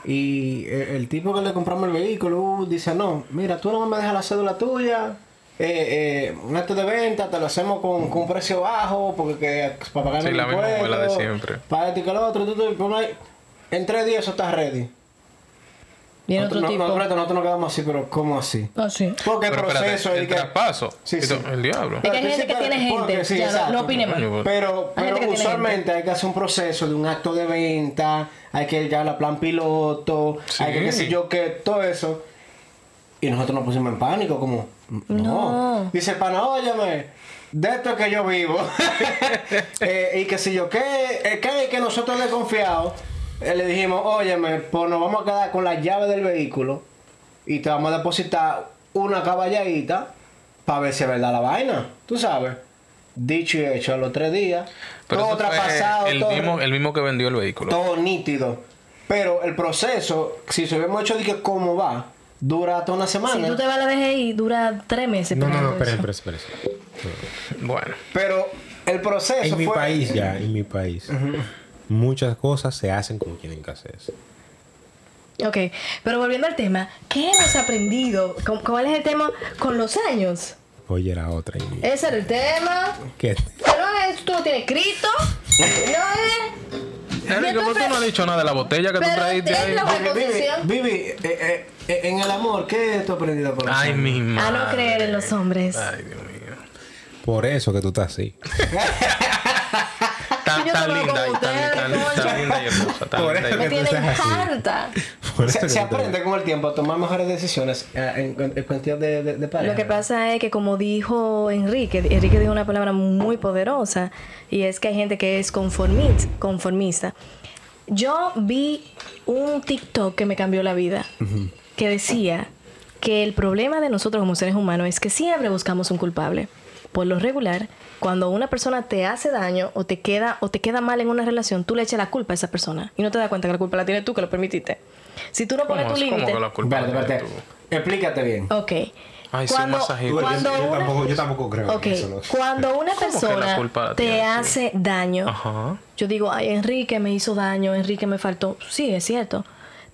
[SPEAKER 4] Y el, el tipo que le compramos el vehículo uh, dice, no, mira, tú no me dejas la cédula tuya. Eh, eh, un acto de venta, te lo hacemos con, con un precio bajo, porque que- para pagar
[SPEAKER 3] Sí,
[SPEAKER 4] el
[SPEAKER 3] la misma
[SPEAKER 4] impuesto,
[SPEAKER 3] muela de siempre.
[SPEAKER 4] Para esto y que lo otro, tú, tú, y pon ahí. en tres días eso está ready.
[SPEAKER 5] Viene
[SPEAKER 4] Nosotros-
[SPEAKER 5] otro
[SPEAKER 4] no,
[SPEAKER 5] tipo.
[SPEAKER 4] No, espérate, nosotros nos quedamos así, pero ¿cómo así?
[SPEAKER 5] Ah, sí.
[SPEAKER 4] Porque el
[SPEAKER 3] Pero espérate,
[SPEAKER 4] proceso
[SPEAKER 3] el
[SPEAKER 4] y que-
[SPEAKER 3] traspaso.
[SPEAKER 4] Sí,
[SPEAKER 3] Y
[SPEAKER 4] sí.
[SPEAKER 3] to- El diablo.
[SPEAKER 5] Es que hay
[SPEAKER 4] Espérate,
[SPEAKER 5] gente
[SPEAKER 4] sí,
[SPEAKER 5] que tiene
[SPEAKER 4] espérate, porque-
[SPEAKER 5] gente.
[SPEAKER 4] sí,
[SPEAKER 5] Ya, no-
[SPEAKER 4] exacto.
[SPEAKER 5] no opine más.
[SPEAKER 3] Coño,
[SPEAKER 5] Hay
[SPEAKER 4] Pero, pero
[SPEAKER 5] gente que tiene
[SPEAKER 4] usualmente hay que hacer un proceso de un acto de venta, hay que llegar a plan piloto, hay que qué sé yo qué, todo eso. Y nosotros nos pusimos en pánico, como, no.
[SPEAKER 5] No.
[SPEAKER 4] Dice el pana, óyeme, de esto que yo vivo. (laughs) Eh, y que si yo qué, eh, que, que nosotros le confiado, eh, le dijimos, óyeme, pues nos vamos a quedar con la llave del vehículo y te vamos a depositar una caballadita para ver si es verdad la vaina, tú sabes. Dicho y hecho, a los tres días,
[SPEAKER 3] Pero
[SPEAKER 4] todo
[SPEAKER 3] eso fue
[SPEAKER 4] traspasado,
[SPEAKER 3] el
[SPEAKER 4] todo,
[SPEAKER 3] mismo, el mismo que vendió el vehículo.
[SPEAKER 4] todo nítido. Pero el proceso, si se hubiéramos hecho de que cómo va, dura hasta una semana.
[SPEAKER 1] Si tú te vas a la DGI, dura tres meses.
[SPEAKER 2] No, no, no, espera,
[SPEAKER 1] pero
[SPEAKER 2] espera, espera. espera.
[SPEAKER 3] Bueno.
[SPEAKER 4] Pero el proceso
[SPEAKER 2] En mi
[SPEAKER 4] fue...
[SPEAKER 2] país ya, en mi país. Muchas cosas se hacen como tienen que hacerse.
[SPEAKER 1] Ok, pero volviendo al tema, ¿qué hemos aprendido? ¿Cu- ¿Cuál es el tema con los años?
[SPEAKER 2] Oye, era otra. y-
[SPEAKER 1] Ese era el tema.
[SPEAKER 2] ¿Qué?
[SPEAKER 1] Pero esto lo tiene escrito. No es.
[SPEAKER 3] Enrique, ¿por qué no has dicho nada de la botella que tú
[SPEAKER 1] Pero
[SPEAKER 3] trajiste ahí?
[SPEAKER 1] tenlo-
[SPEAKER 4] Porque, Vivi,
[SPEAKER 1] Posición.
[SPEAKER 4] Vivi, eh, eh, eh, en el amor, ¿qué tú has aprendido por los
[SPEAKER 3] Ay,
[SPEAKER 4] años?
[SPEAKER 3] mi
[SPEAKER 1] A
[SPEAKER 3] madre.
[SPEAKER 1] no creer en los hombres.
[SPEAKER 3] Ay, Dios mío.
[SPEAKER 2] Por eso que tú estás así. (laughs)
[SPEAKER 3] Tan,
[SPEAKER 1] Yo
[SPEAKER 3] tan
[SPEAKER 1] te veo
[SPEAKER 3] linda y
[SPEAKER 1] como
[SPEAKER 3] tan,
[SPEAKER 1] ustedes,
[SPEAKER 3] tan,
[SPEAKER 1] coño.
[SPEAKER 3] tan linda y hermosa.
[SPEAKER 4] (laughs)
[SPEAKER 3] Tan
[SPEAKER 2] Por
[SPEAKER 3] linda y
[SPEAKER 2] eso
[SPEAKER 1] Me
[SPEAKER 2] que tú
[SPEAKER 1] tienen
[SPEAKER 2] estás así.
[SPEAKER 1] harta.
[SPEAKER 2] Por eso
[SPEAKER 4] Se,
[SPEAKER 2] que
[SPEAKER 4] se
[SPEAKER 2] tú estás
[SPEAKER 4] aprende con el tiempo a tomar mejores decisiones eh, en, en- en cuestión de, de, de pareja.
[SPEAKER 1] Lo que pasa es que como dijo Enrique, Enrique dijo una palabra muy poderosa y es que hay gente que es conformista. conformista. Yo vi un TikTok que me cambió la vida, que decía que el problema de nosotros como seres humanos es que siempre buscamos un culpable. Por lo regular, cuando una persona te hace daño o te queda o te queda mal en una relación, tú le echas la culpa a esa persona y no te das cuenta que la culpa la tienes tú que lo permitiste. Si tú no pones
[SPEAKER 3] ¿Cómo,
[SPEAKER 1] tu
[SPEAKER 3] es-
[SPEAKER 1] límite,
[SPEAKER 3] ¿Cómo que la culpa
[SPEAKER 4] Espérate,
[SPEAKER 3] la
[SPEAKER 4] espérate.
[SPEAKER 3] tienes
[SPEAKER 4] Explícate bien.
[SPEAKER 1] Ok.
[SPEAKER 3] Ay, sí, un masajito.
[SPEAKER 2] Tú, yo-
[SPEAKER 1] cuando
[SPEAKER 2] yo,
[SPEAKER 1] una-
[SPEAKER 2] tampoco, yo tampoco creo
[SPEAKER 1] Ok,
[SPEAKER 2] en eso. ¿no?
[SPEAKER 1] cuando una
[SPEAKER 3] ¿Cómo que la
[SPEAKER 1] persona
[SPEAKER 3] culpa la
[SPEAKER 1] te
[SPEAKER 3] tiene?
[SPEAKER 1] hace daño,
[SPEAKER 3] tú? Ajá.
[SPEAKER 1] yo digo, ay, Enrique me hizo daño, Enrique me faltó. Sí, es cierto.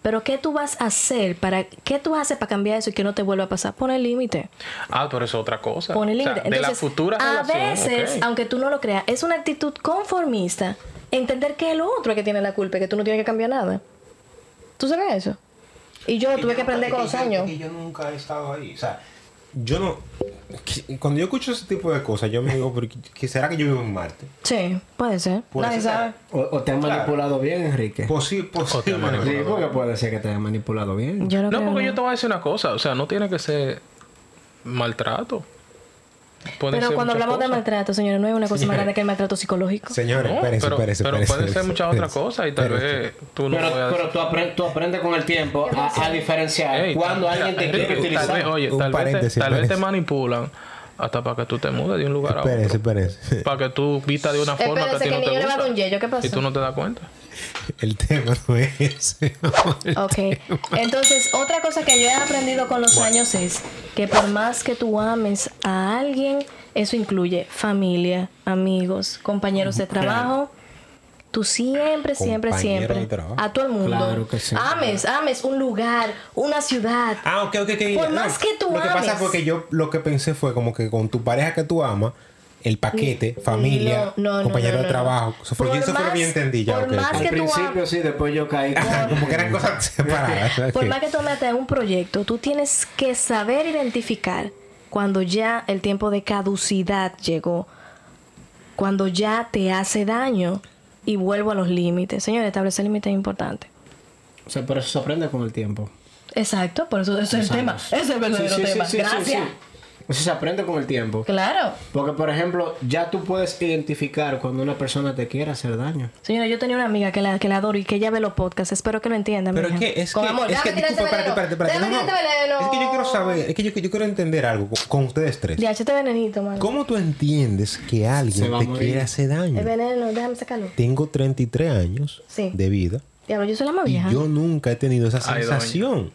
[SPEAKER 1] Pero ¿qué tú vas a hacer para qué tú haces para cambiar eso y que no te vuelva a pasar? Pon el límite.
[SPEAKER 3] Ah, pero eso es otra cosa.
[SPEAKER 1] Pon el
[SPEAKER 3] O sea,
[SPEAKER 1] límite.
[SPEAKER 3] de la
[SPEAKER 1] Entonces,
[SPEAKER 3] futura
[SPEAKER 1] a
[SPEAKER 3] relación.
[SPEAKER 1] veces,
[SPEAKER 3] ok.
[SPEAKER 1] aunque tú no lo creas, es una actitud conformista. Entender que el otro es que tiene la culpa y que tú no tienes que cambiar nada. ¿Tú sabes eso? Y yo lo tuve que aprender con los años.
[SPEAKER 2] Yo nunca he estado ahí. O sea, yo no. que- Cuando yo escucho ese tipo de cosas, yo me digo, ¿pero qué- qué será que yo vivo en Marte?
[SPEAKER 1] Sí, puede ser.
[SPEAKER 2] Por
[SPEAKER 1] Nadie
[SPEAKER 2] eso-
[SPEAKER 1] sabe.
[SPEAKER 4] O, o te han
[SPEAKER 2] Claro.
[SPEAKER 4] manipulado bien, Enrique.
[SPEAKER 2] Posi- posiblemente.
[SPEAKER 4] Sí, porque puede ser que te hayan manipulado bien.
[SPEAKER 1] Yo no,
[SPEAKER 3] No,
[SPEAKER 1] creo
[SPEAKER 3] porque
[SPEAKER 1] nada.
[SPEAKER 3] yo te voy a decir una cosa. O sea, no tiene que ser maltrato. Puede
[SPEAKER 1] Pero
[SPEAKER 3] ser
[SPEAKER 1] cuando
[SPEAKER 3] muchas
[SPEAKER 1] hablamos de
[SPEAKER 3] cosas.
[SPEAKER 1] maltrato, señores, no hay una cosa más grande que el maltrato psicológico.
[SPEAKER 2] Señores,
[SPEAKER 3] No,
[SPEAKER 2] espérense,
[SPEAKER 3] pero,
[SPEAKER 2] espérense,
[SPEAKER 3] pero
[SPEAKER 2] espérense,
[SPEAKER 3] puede ser
[SPEAKER 2] espérense,
[SPEAKER 3] muchas otras
[SPEAKER 2] espérense.
[SPEAKER 3] cosas y tal vez tú no
[SPEAKER 4] Pero,
[SPEAKER 3] puedas-
[SPEAKER 4] pero tú, aprendes, tú aprendes con el tiempo a, a diferenciar
[SPEAKER 3] Ey,
[SPEAKER 4] cuando
[SPEAKER 3] tal-
[SPEAKER 4] alguien te
[SPEAKER 3] Enrique,
[SPEAKER 4] quiere
[SPEAKER 3] Tal
[SPEAKER 4] utilizar.
[SPEAKER 3] vez, oye,
[SPEAKER 2] Un
[SPEAKER 3] tal, vez, te,
[SPEAKER 2] paréntesis,
[SPEAKER 3] tal vez te
[SPEAKER 2] paréntesis.
[SPEAKER 3] manipulan hasta para que tú te mudes de un lugar a otro.
[SPEAKER 2] Espérense, espérense. (laughs)
[SPEAKER 3] Para que tú vistas de una forma que a
[SPEAKER 1] Espérense, que
[SPEAKER 3] ti no
[SPEAKER 1] el
[SPEAKER 3] te
[SPEAKER 1] niño le va a
[SPEAKER 3] gusta.
[SPEAKER 1] dar un yello, ¿qué pasó?
[SPEAKER 3] Y tú no te das cuenta.
[SPEAKER 2] El tema no
[SPEAKER 1] (laughs)
[SPEAKER 2] es ese.
[SPEAKER 1] (laughs)
[SPEAKER 3] (laughs)
[SPEAKER 1] Ok. Entonces, otra cosa que yo he aprendido con los años es que por más que tú ames a alguien, eso incluye familia, amigos, compañeros de trabajo. Tú siempre, siempre,
[SPEAKER 2] Compañero de
[SPEAKER 1] siempre
[SPEAKER 2] trabajo.
[SPEAKER 1] a todo el mundo.
[SPEAKER 4] Claro que sí.
[SPEAKER 1] Ames, ames un lugar, una ciudad.
[SPEAKER 2] Ah, ok, ok, ok.
[SPEAKER 1] Por
[SPEAKER 2] No,
[SPEAKER 1] más que tú
[SPEAKER 2] Lo que pasa
[SPEAKER 1] ames.
[SPEAKER 2] fue que yo lo que pensé fue como que con tu pareja que tú amas, el paquete, familia,
[SPEAKER 1] Mm, no, no, no,
[SPEAKER 2] compañero de
[SPEAKER 1] no, no.
[SPEAKER 2] trabajo. Eso fue,
[SPEAKER 1] Por
[SPEAKER 2] eso fue lo que yo
[SPEAKER 1] más-
[SPEAKER 2] entendí ya.
[SPEAKER 1] por
[SPEAKER 2] ok,
[SPEAKER 1] más
[SPEAKER 2] ok.
[SPEAKER 4] Al
[SPEAKER 1] que tú
[SPEAKER 4] principio sí, después yo caí.
[SPEAKER 2] Ajá, como que eran (laughs) cosas separadas. ok.
[SPEAKER 1] Por más que tú metas en un proyecto, tú tienes que saber identificar cuando ya el tiempo de caducidad llegó, cuando ya te hace daño y vuelvo a los límites. Señores, establecer límites es importante.
[SPEAKER 4] O sea, pero eso se aprende con el tiempo.
[SPEAKER 1] Exacto, por eso ese es el tema. Ese es el verdadero
[SPEAKER 4] Sí, sí, sí,
[SPEAKER 1] tema.
[SPEAKER 4] sí, sí,
[SPEAKER 1] Gracias.
[SPEAKER 4] sí. Eso se aprende con el tiempo.
[SPEAKER 1] Claro.
[SPEAKER 4] Porque, por ejemplo, ya tú puedes identificar cuando una persona te quiere hacer daño.
[SPEAKER 1] Señora, yo tenía una amiga que la, que la adoro y que ella ve los podcasts. Espero que lo entienda.
[SPEAKER 2] Pero
[SPEAKER 1] mija.
[SPEAKER 2] es que, es que,
[SPEAKER 1] Con amor,
[SPEAKER 2] es que,
[SPEAKER 1] déjame
[SPEAKER 2] disculpa,
[SPEAKER 1] tirarte
[SPEAKER 2] espérate, espérate,
[SPEAKER 1] veneno.
[SPEAKER 2] espérate. No,
[SPEAKER 1] Déjame tirarte veneno.
[SPEAKER 2] no. Es que yo quiero saber, es que yo, yo quiero entender algo con, con ustedes tres.
[SPEAKER 1] Ya, échate venenito, mano.
[SPEAKER 2] ¿Cómo tú entiendes que
[SPEAKER 4] Se
[SPEAKER 2] alguien
[SPEAKER 4] va a
[SPEAKER 2] te
[SPEAKER 4] morir.
[SPEAKER 2] quiere hacer daño?
[SPEAKER 1] El veneno, déjame sacarlo.
[SPEAKER 2] Tengo 33 años
[SPEAKER 1] Sí.
[SPEAKER 2] de vida
[SPEAKER 1] Diablo, yo soy la más
[SPEAKER 2] y
[SPEAKER 1] vieja.
[SPEAKER 2] yo nunca he tenido esa
[SPEAKER 3] Ay, doña.
[SPEAKER 2] sensación.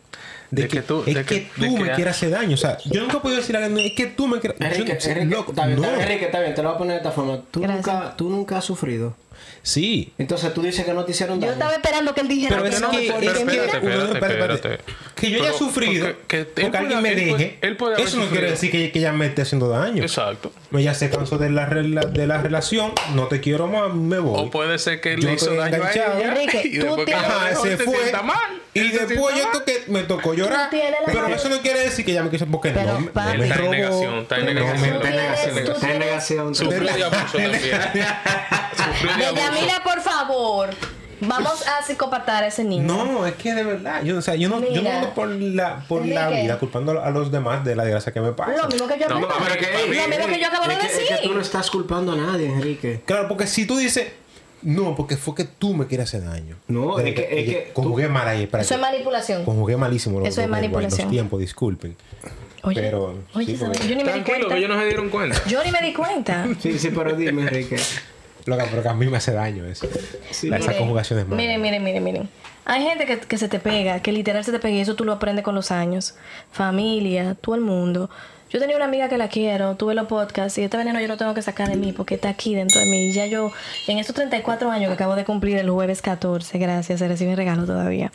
[SPEAKER 2] de,
[SPEAKER 3] De
[SPEAKER 2] que,
[SPEAKER 3] que tú-
[SPEAKER 2] es
[SPEAKER 3] de
[SPEAKER 2] que,
[SPEAKER 3] que-
[SPEAKER 2] tú
[SPEAKER 3] de que
[SPEAKER 2] me
[SPEAKER 3] ya-
[SPEAKER 2] quieras hacer daño. O sea, yo nunca he podido decir a alguien, es que tú me quieras.
[SPEAKER 4] Enrique,
[SPEAKER 2] yo,
[SPEAKER 4] Enrique,
[SPEAKER 2] loco,
[SPEAKER 4] está bien, está bien,
[SPEAKER 2] no.
[SPEAKER 4] Enrique, está bien, te lo voy a poner de esta forma. Tú,
[SPEAKER 1] Gracias.
[SPEAKER 4] nunca, tú nunca has sufrido.
[SPEAKER 2] Sí,
[SPEAKER 4] Entonces tú dices que no te hicieron
[SPEAKER 5] Yo
[SPEAKER 4] daño.
[SPEAKER 5] estaba esperando que él dijera
[SPEAKER 2] Pero
[SPEAKER 5] que
[SPEAKER 2] es
[SPEAKER 5] no.
[SPEAKER 2] que,
[SPEAKER 5] por
[SPEAKER 2] es
[SPEAKER 5] eso.
[SPEAKER 2] que-
[SPEAKER 3] Espérate,
[SPEAKER 2] Bueno,
[SPEAKER 3] espérate,
[SPEAKER 2] espérate, espérate.
[SPEAKER 3] espérate.
[SPEAKER 2] que yo haya
[SPEAKER 3] Pero,
[SPEAKER 2] sufrido
[SPEAKER 3] porque- que él
[SPEAKER 2] porque
[SPEAKER 3] puede
[SPEAKER 2] alguien me
[SPEAKER 3] haber- él puede-
[SPEAKER 2] deje,
[SPEAKER 3] él puede haber
[SPEAKER 2] eso no quiere
[SPEAKER 3] sufrido.
[SPEAKER 2] decir que, que ya me esté haciendo daño.
[SPEAKER 3] Exacto.
[SPEAKER 2] Ella se cansó de la, rela- de la relación, no te quiero más, me voy.
[SPEAKER 3] O puede ser que él
[SPEAKER 2] Yo
[SPEAKER 3] le hizo
[SPEAKER 2] estoy
[SPEAKER 3] daño a
[SPEAKER 2] enganchado.
[SPEAKER 3] ella.
[SPEAKER 1] Enrique,
[SPEAKER 3] y
[SPEAKER 1] tú
[SPEAKER 3] después que
[SPEAKER 1] tienes-
[SPEAKER 3] a lo
[SPEAKER 2] Ajá,
[SPEAKER 3] mejor
[SPEAKER 2] se
[SPEAKER 3] se
[SPEAKER 2] fue.
[SPEAKER 3] sienta mal.
[SPEAKER 2] Y
[SPEAKER 3] Él se
[SPEAKER 2] después
[SPEAKER 3] sienta
[SPEAKER 2] yo
[SPEAKER 3] mal.
[SPEAKER 2] toqué, me tocó llorar.
[SPEAKER 1] Tú tienes la
[SPEAKER 2] Pero
[SPEAKER 1] razón.
[SPEAKER 2] eso no quiere decir que ella me quiso porque
[SPEAKER 1] Pero,
[SPEAKER 2] no, me- no
[SPEAKER 1] papi.
[SPEAKER 2] me
[SPEAKER 3] Está en
[SPEAKER 2] robó.
[SPEAKER 3] negación, está en
[SPEAKER 2] no me-
[SPEAKER 3] negación.
[SPEAKER 4] Está en negación,
[SPEAKER 1] Tú
[SPEAKER 4] está en
[SPEAKER 1] tienes-
[SPEAKER 4] negación.
[SPEAKER 3] Sufrió de abuso también. Sufrió de abuso.
[SPEAKER 1] Bellamila, por favor. Vamos a psicopatar a ese niño.
[SPEAKER 2] No, es que de verdad, yo, o sea, yo no, yo no
[SPEAKER 1] Mira.
[SPEAKER 2] ando por la, por la
[SPEAKER 1] Enrique.
[SPEAKER 2] vida culpando a los demás de la desgracia que me
[SPEAKER 1] Lo
[SPEAKER 2] pasa.
[SPEAKER 1] mismo que yo
[SPEAKER 3] No,
[SPEAKER 1] acabo-
[SPEAKER 3] no, pero que-
[SPEAKER 1] Lo mismo que yo acabo de
[SPEAKER 4] Es que- Es que tú no
[SPEAKER 1] decir.
[SPEAKER 4] estás culpando a nadie, Enrique.
[SPEAKER 2] Claro, porque si tú dices, no, porque fue que tú me quieres hacer daño.
[SPEAKER 4] No,
[SPEAKER 2] Pero
[SPEAKER 4] es que- es que
[SPEAKER 2] conjugué mal ahí. Para
[SPEAKER 1] Eso es manipulación.
[SPEAKER 2] Conjugué malísimo los,
[SPEAKER 1] Eso es
[SPEAKER 2] los- los-
[SPEAKER 1] manipulación.
[SPEAKER 2] los tiempos, disculpen.
[SPEAKER 1] Oye,
[SPEAKER 2] Pero,
[SPEAKER 1] oye,
[SPEAKER 2] sí,
[SPEAKER 1] ¿sabes?
[SPEAKER 2] porque-
[SPEAKER 1] yo ni me di
[SPEAKER 3] Tranquilo,
[SPEAKER 1] cuenta.
[SPEAKER 3] que ellos no se dieron cuenta.
[SPEAKER 1] Yo ni me di cuenta.
[SPEAKER 4] Sí, sí, pero dime, Enrique.
[SPEAKER 2] Loca, pero que a mí me hace daño eso.
[SPEAKER 4] Sí,
[SPEAKER 2] La- Esa
[SPEAKER 1] Miren,
[SPEAKER 2] conjugación es mala.
[SPEAKER 1] Miren, miren, miren, miren. Hay gente que, que se te pega, que literal se te pega y eso tú lo aprendes con los años. Familia, todo el mundo. Yo tenía una amiga que la quiero, tuve los podcasts y este veneno yo lo tengo que sacar de mí porque está aquí dentro de mí. Y ya yo, en estos 34 años que acabo de cumplir el jueves 14, gracias, se recibe regalo todavía.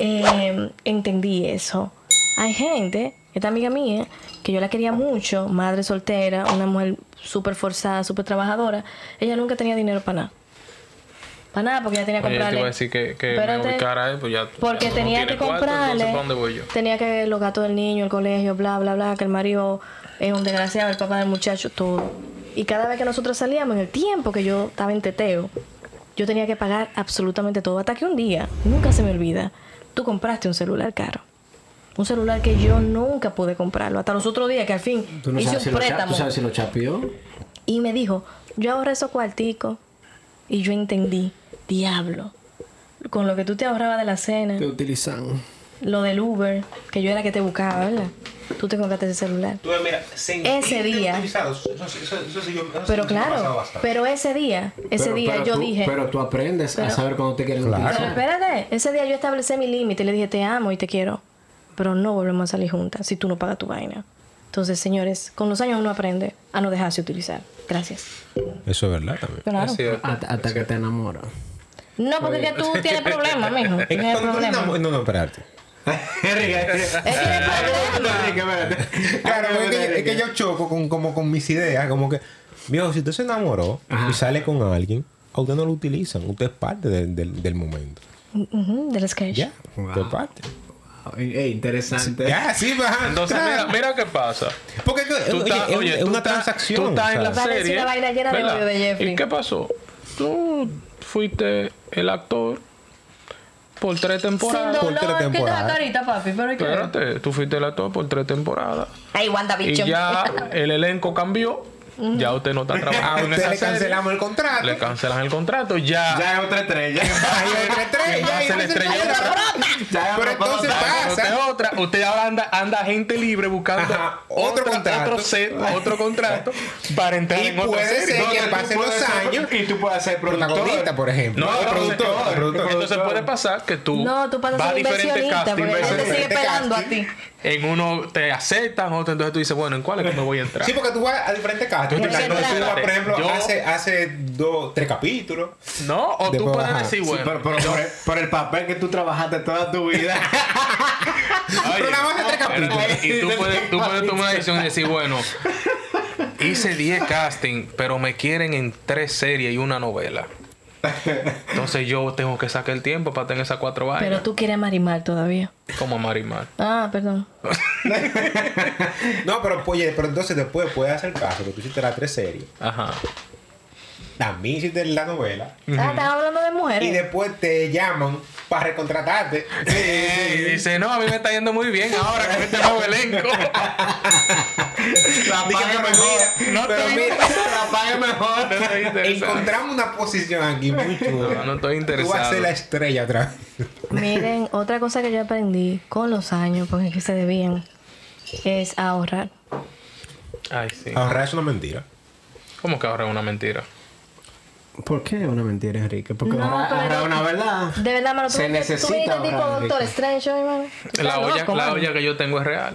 [SPEAKER 1] eh, entendí eso. Hay gente, esta amiga mía, que yo la quería mucho, madre soltera, una mujer súper forzada, súper trabajadora, ella nunca tenía dinero para nada. Para Pues nada, porque ya tenía que
[SPEAKER 3] Oye, yo te
[SPEAKER 1] comprarle.
[SPEAKER 3] iba a decir que, que me
[SPEAKER 1] Espérate.
[SPEAKER 3] ubicara, eh, pues ya.
[SPEAKER 1] Porque
[SPEAKER 3] ya no
[SPEAKER 1] tenía
[SPEAKER 3] tiene
[SPEAKER 1] que
[SPEAKER 3] cuarto, entonces,
[SPEAKER 1] comprarle.
[SPEAKER 3] ¿para dónde voy yo?
[SPEAKER 1] Tenía que los gastos del niño, el colegio, bla, bla, bla, que el marido es un desgraciado, el papá del muchacho, todo. Y cada vez que nosotros salíamos, en el tiempo que yo estaba en teteo, yo tenía que pagar absolutamente todo. Hasta que un día, nunca se me olvida, tú compraste un celular caro. Un celular que yo nunca pude comprarlo. Hasta los otros días que al fin
[SPEAKER 4] ¿Tú no
[SPEAKER 1] hice
[SPEAKER 4] sabes
[SPEAKER 1] un
[SPEAKER 4] si lo cha-
[SPEAKER 1] préstamo.
[SPEAKER 4] ¿Tú sabes si lo chapeó?
[SPEAKER 1] Y me dijo, yo ahorré esos cuarticos. Y yo entendí, diablo, con lo que tú te ahorrabas de la cena,
[SPEAKER 4] Te utilizan.
[SPEAKER 1] lo del Uber, que yo era la que te buscaba, ¿verdad? Tú te compraste ese celular.
[SPEAKER 2] Tú ves, mira, sentirte
[SPEAKER 1] día.
[SPEAKER 2] utilizado, Eso, eso- eso- eso sí yo- eso sí
[SPEAKER 1] Pero
[SPEAKER 2] me ha pasado
[SPEAKER 1] claro,
[SPEAKER 2] bastante.
[SPEAKER 1] pero ese día, ese
[SPEAKER 4] Pero-
[SPEAKER 1] día
[SPEAKER 4] pero
[SPEAKER 1] yo
[SPEAKER 4] tú-
[SPEAKER 1] dije, pero,
[SPEAKER 4] Pero tú aprendes a
[SPEAKER 1] Pero-
[SPEAKER 4] saber cuándo te quieren
[SPEAKER 2] Claro.
[SPEAKER 4] utilizar.
[SPEAKER 1] espérate, ese día yo establecí mi límite, le dije, te amo y te quiero, pero no volvemos a salir juntas si tú no pagas tu vaina. Entonces, señores, con los años uno aprende a no dejarse utilizar. Gracias.
[SPEAKER 2] Eso es verdad también.
[SPEAKER 1] Claro.
[SPEAKER 3] Es cierto.
[SPEAKER 4] Hasta, hasta que te
[SPEAKER 1] (laughs)
[SPEAKER 4] enamoras.
[SPEAKER 1] No, porque es que tú tienes problemas, mijo.
[SPEAKER 2] Es que
[SPEAKER 1] Tienes
[SPEAKER 2] cuando tú te
[SPEAKER 1] problemas.
[SPEAKER 2] enamo- No, no, espérate.
[SPEAKER 4] (laughs) Enrique,
[SPEAKER 1] Él tiene problemas.
[SPEAKER 2] Claro, es que, yo- es que yo choco con, como con mis ideas, como que, viejo, si usted se enamoró
[SPEAKER 4] Ajá.
[SPEAKER 2] y sale con alguien, a usted no lo utilizan, usted es parte del- del- del momento.
[SPEAKER 1] Ujú, del sketch.
[SPEAKER 2] Ya,
[SPEAKER 4] Wow.
[SPEAKER 2] usted es parte.
[SPEAKER 4] interesante.
[SPEAKER 2] Ya, sí, pues, ajá,
[SPEAKER 3] Entonces,
[SPEAKER 2] claro.
[SPEAKER 3] mira, mira qué pasa.
[SPEAKER 2] Porque es que,
[SPEAKER 3] Tú
[SPEAKER 2] oye,
[SPEAKER 3] estás-
[SPEAKER 2] es-
[SPEAKER 3] oye,
[SPEAKER 2] es
[SPEAKER 3] tú
[SPEAKER 2] una
[SPEAKER 3] estás-
[SPEAKER 2] transacción.
[SPEAKER 3] Tú estás en la
[SPEAKER 2] o sea,
[SPEAKER 1] Parece
[SPEAKER 3] serie.
[SPEAKER 1] una vaina llena de
[SPEAKER 3] ¿verdad?
[SPEAKER 1] odio de Jeffrey.
[SPEAKER 3] ¿Y qué pasó? Tú fuiste el actor por tres
[SPEAKER 1] Sin
[SPEAKER 3] temporadas.
[SPEAKER 2] Por tres
[SPEAKER 1] dolor, que
[SPEAKER 2] temporadas.
[SPEAKER 1] la carita, papi, pero hay que ver.
[SPEAKER 3] Espérate, tú fuiste el actor por tres temporadas.
[SPEAKER 1] Ay,
[SPEAKER 3] Y
[SPEAKER 1] WandaVision.
[SPEAKER 3] ya el elenco cambió. Ya usted no está
[SPEAKER 2] (laughs) A
[SPEAKER 3] trabajando. en
[SPEAKER 2] usted
[SPEAKER 3] esa
[SPEAKER 2] le
[SPEAKER 3] serie.
[SPEAKER 2] cancelamos el contrato.
[SPEAKER 3] Le cancelan el contrato. Ya.
[SPEAKER 4] es
[SPEAKER 2] (laughs)
[SPEAKER 4] otra estrella.
[SPEAKER 2] Ahí hay tres, tres, ya,
[SPEAKER 3] Ya
[SPEAKER 2] y
[SPEAKER 3] se le
[SPEAKER 2] no
[SPEAKER 3] estrelló
[SPEAKER 2] encuentra.
[SPEAKER 3] otra
[SPEAKER 4] Ya,
[SPEAKER 2] Pero
[SPEAKER 4] ya,
[SPEAKER 2] entonces
[SPEAKER 4] ya,
[SPEAKER 3] Pero Usted,
[SPEAKER 2] pasa.
[SPEAKER 3] otra, usted ahora anda, anda gente libre buscando
[SPEAKER 2] Ajá, otro
[SPEAKER 3] otra-
[SPEAKER 2] contrato.
[SPEAKER 3] otro set, otro contrato para entrar
[SPEAKER 2] Y
[SPEAKER 3] en otra
[SPEAKER 2] puede
[SPEAKER 3] serie.
[SPEAKER 2] ser
[SPEAKER 4] No,
[SPEAKER 2] que
[SPEAKER 4] tú
[SPEAKER 2] pasen
[SPEAKER 4] puedes
[SPEAKER 2] los
[SPEAKER 4] ser-
[SPEAKER 2] años.
[SPEAKER 4] Y tú puedes ser
[SPEAKER 2] Protagonista, por pues. ejemplo.
[SPEAKER 3] No,
[SPEAKER 2] O
[SPEAKER 3] no,
[SPEAKER 2] productor,
[SPEAKER 3] no,
[SPEAKER 2] productor.
[SPEAKER 3] Entonces puede pasar que tú
[SPEAKER 1] No, tú pasas
[SPEAKER 3] vas
[SPEAKER 1] a
[SPEAKER 3] a
[SPEAKER 1] ser
[SPEAKER 3] diferentes
[SPEAKER 1] inversionista porque
[SPEAKER 3] castings.
[SPEAKER 1] la gente
[SPEAKER 2] diferentes
[SPEAKER 1] sigue pelando a
[SPEAKER 2] castings.
[SPEAKER 1] ti.
[SPEAKER 3] En uno te aceptan, otro entonces tú dices, bueno, ¿en cuál es que me voy a entrar?
[SPEAKER 2] Sí, porque tú vas a diferentes casos.
[SPEAKER 3] Tú te
[SPEAKER 1] cancelas.
[SPEAKER 2] por ejemplo,
[SPEAKER 3] Yo-
[SPEAKER 2] hace, hace dos, tres capítulos.
[SPEAKER 3] no, o tú
[SPEAKER 2] pues, Después
[SPEAKER 3] puedes
[SPEAKER 2] bajar.
[SPEAKER 3] decir,
[SPEAKER 4] Sí,
[SPEAKER 3] bueno,
[SPEAKER 4] pero, pero por, el, por el papel que tú trabajaste toda tu vida.
[SPEAKER 2] (laughs)
[SPEAKER 3] oye,
[SPEAKER 2] Pero nada más de tres
[SPEAKER 3] espérate,
[SPEAKER 2] capítulos.
[SPEAKER 3] y tú puedes, tú puedes tomar una decisión y decir, bueno, hice 10 castings, pero me quieren en tres series y una novela. Entonces yo tengo que sacar el tiempo para tener esas cuatro
[SPEAKER 1] Pero
[SPEAKER 3] vainas.
[SPEAKER 1] tú quieres marimar todavía.
[SPEAKER 3] Como Marimar.
[SPEAKER 1] Ah, perdón.
[SPEAKER 2] No, pero oye, pero entonces después puedes hacer caso que tú hiciste las tres series.
[SPEAKER 3] Ajá.
[SPEAKER 2] También hiciste la novela.
[SPEAKER 1] Ah, estás hablando de
[SPEAKER 2] Y
[SPEAKER 1] mujeres.
[SPEAKER 2] después te llaman para
[SPEAKER 3] (laughs)
[SPEAKER 2] recontratarte.
[SPEAKER 3] Y dice, no, a mí me está yendo muy bien ahora con este nuevo elenco.
[SPEAKER 4] La
[SPEAKER 2] Dije, pero mira,
[SPEAKER 3] No
[SPEAKER 2] pero
[SPEAKER 3] estoy-
[SPEAKER 2] mira,
[SPEAKER 4] La pague mejor.
[SPEAKER 3] No estoy interesado.
[SPEAKER 2] encontramos una posición aquí muy chula.
[SPEAKER 3] No, no estoy
[SPEAKER 2] Tú vas a ser
[SPEAKER 3] interesado.
[SPEAKER 2] la estrella atrás.
[SPEAKER 1] (laughs) Miren, otra cosa que yo aprendí con los años, porque es que se debían, es ahorrar.
[SPEAKER 3] Ay, sí.
[SPEAKER 2] Ah. Ahorrar es una mentira.
[SPEAKER 3] ¿Cómo que ahora es una mentira?
[SPEAKER 4] ¿Por qué una mentira, Enrique? Porque
[SPEAKER 1] No,
[SPEAKER 4] ahora,
[SPEAKER 1] pero
[SPEAKER 4] ahora
[SPEAKER 1] no-
[SPEAKER 4] una verdad.
[SPEAKER 1] De verdad, mano, tú
[SPEAKER 4] Se
[SPEAKER 1] viniste- tú
[SPEAKER 4] necesita.
[SPEAKER 1] viniste
[SPEAKER 4] ahorrar,
[SPEAKER 1] tipo
[SPEAKER 4] Enrique.
[SPEAKER 1] Doctor Strange, hoy, mano. Tú
[SPEAKER 3] La
[SPEAKER 1] estás
[SPEAKER 3] olla,
[SPEAKER 1] loco,
[SPEAKER 3] la
[SPEAKER 1] mano.
[SPEAKER 3] olla que yo tengo es real.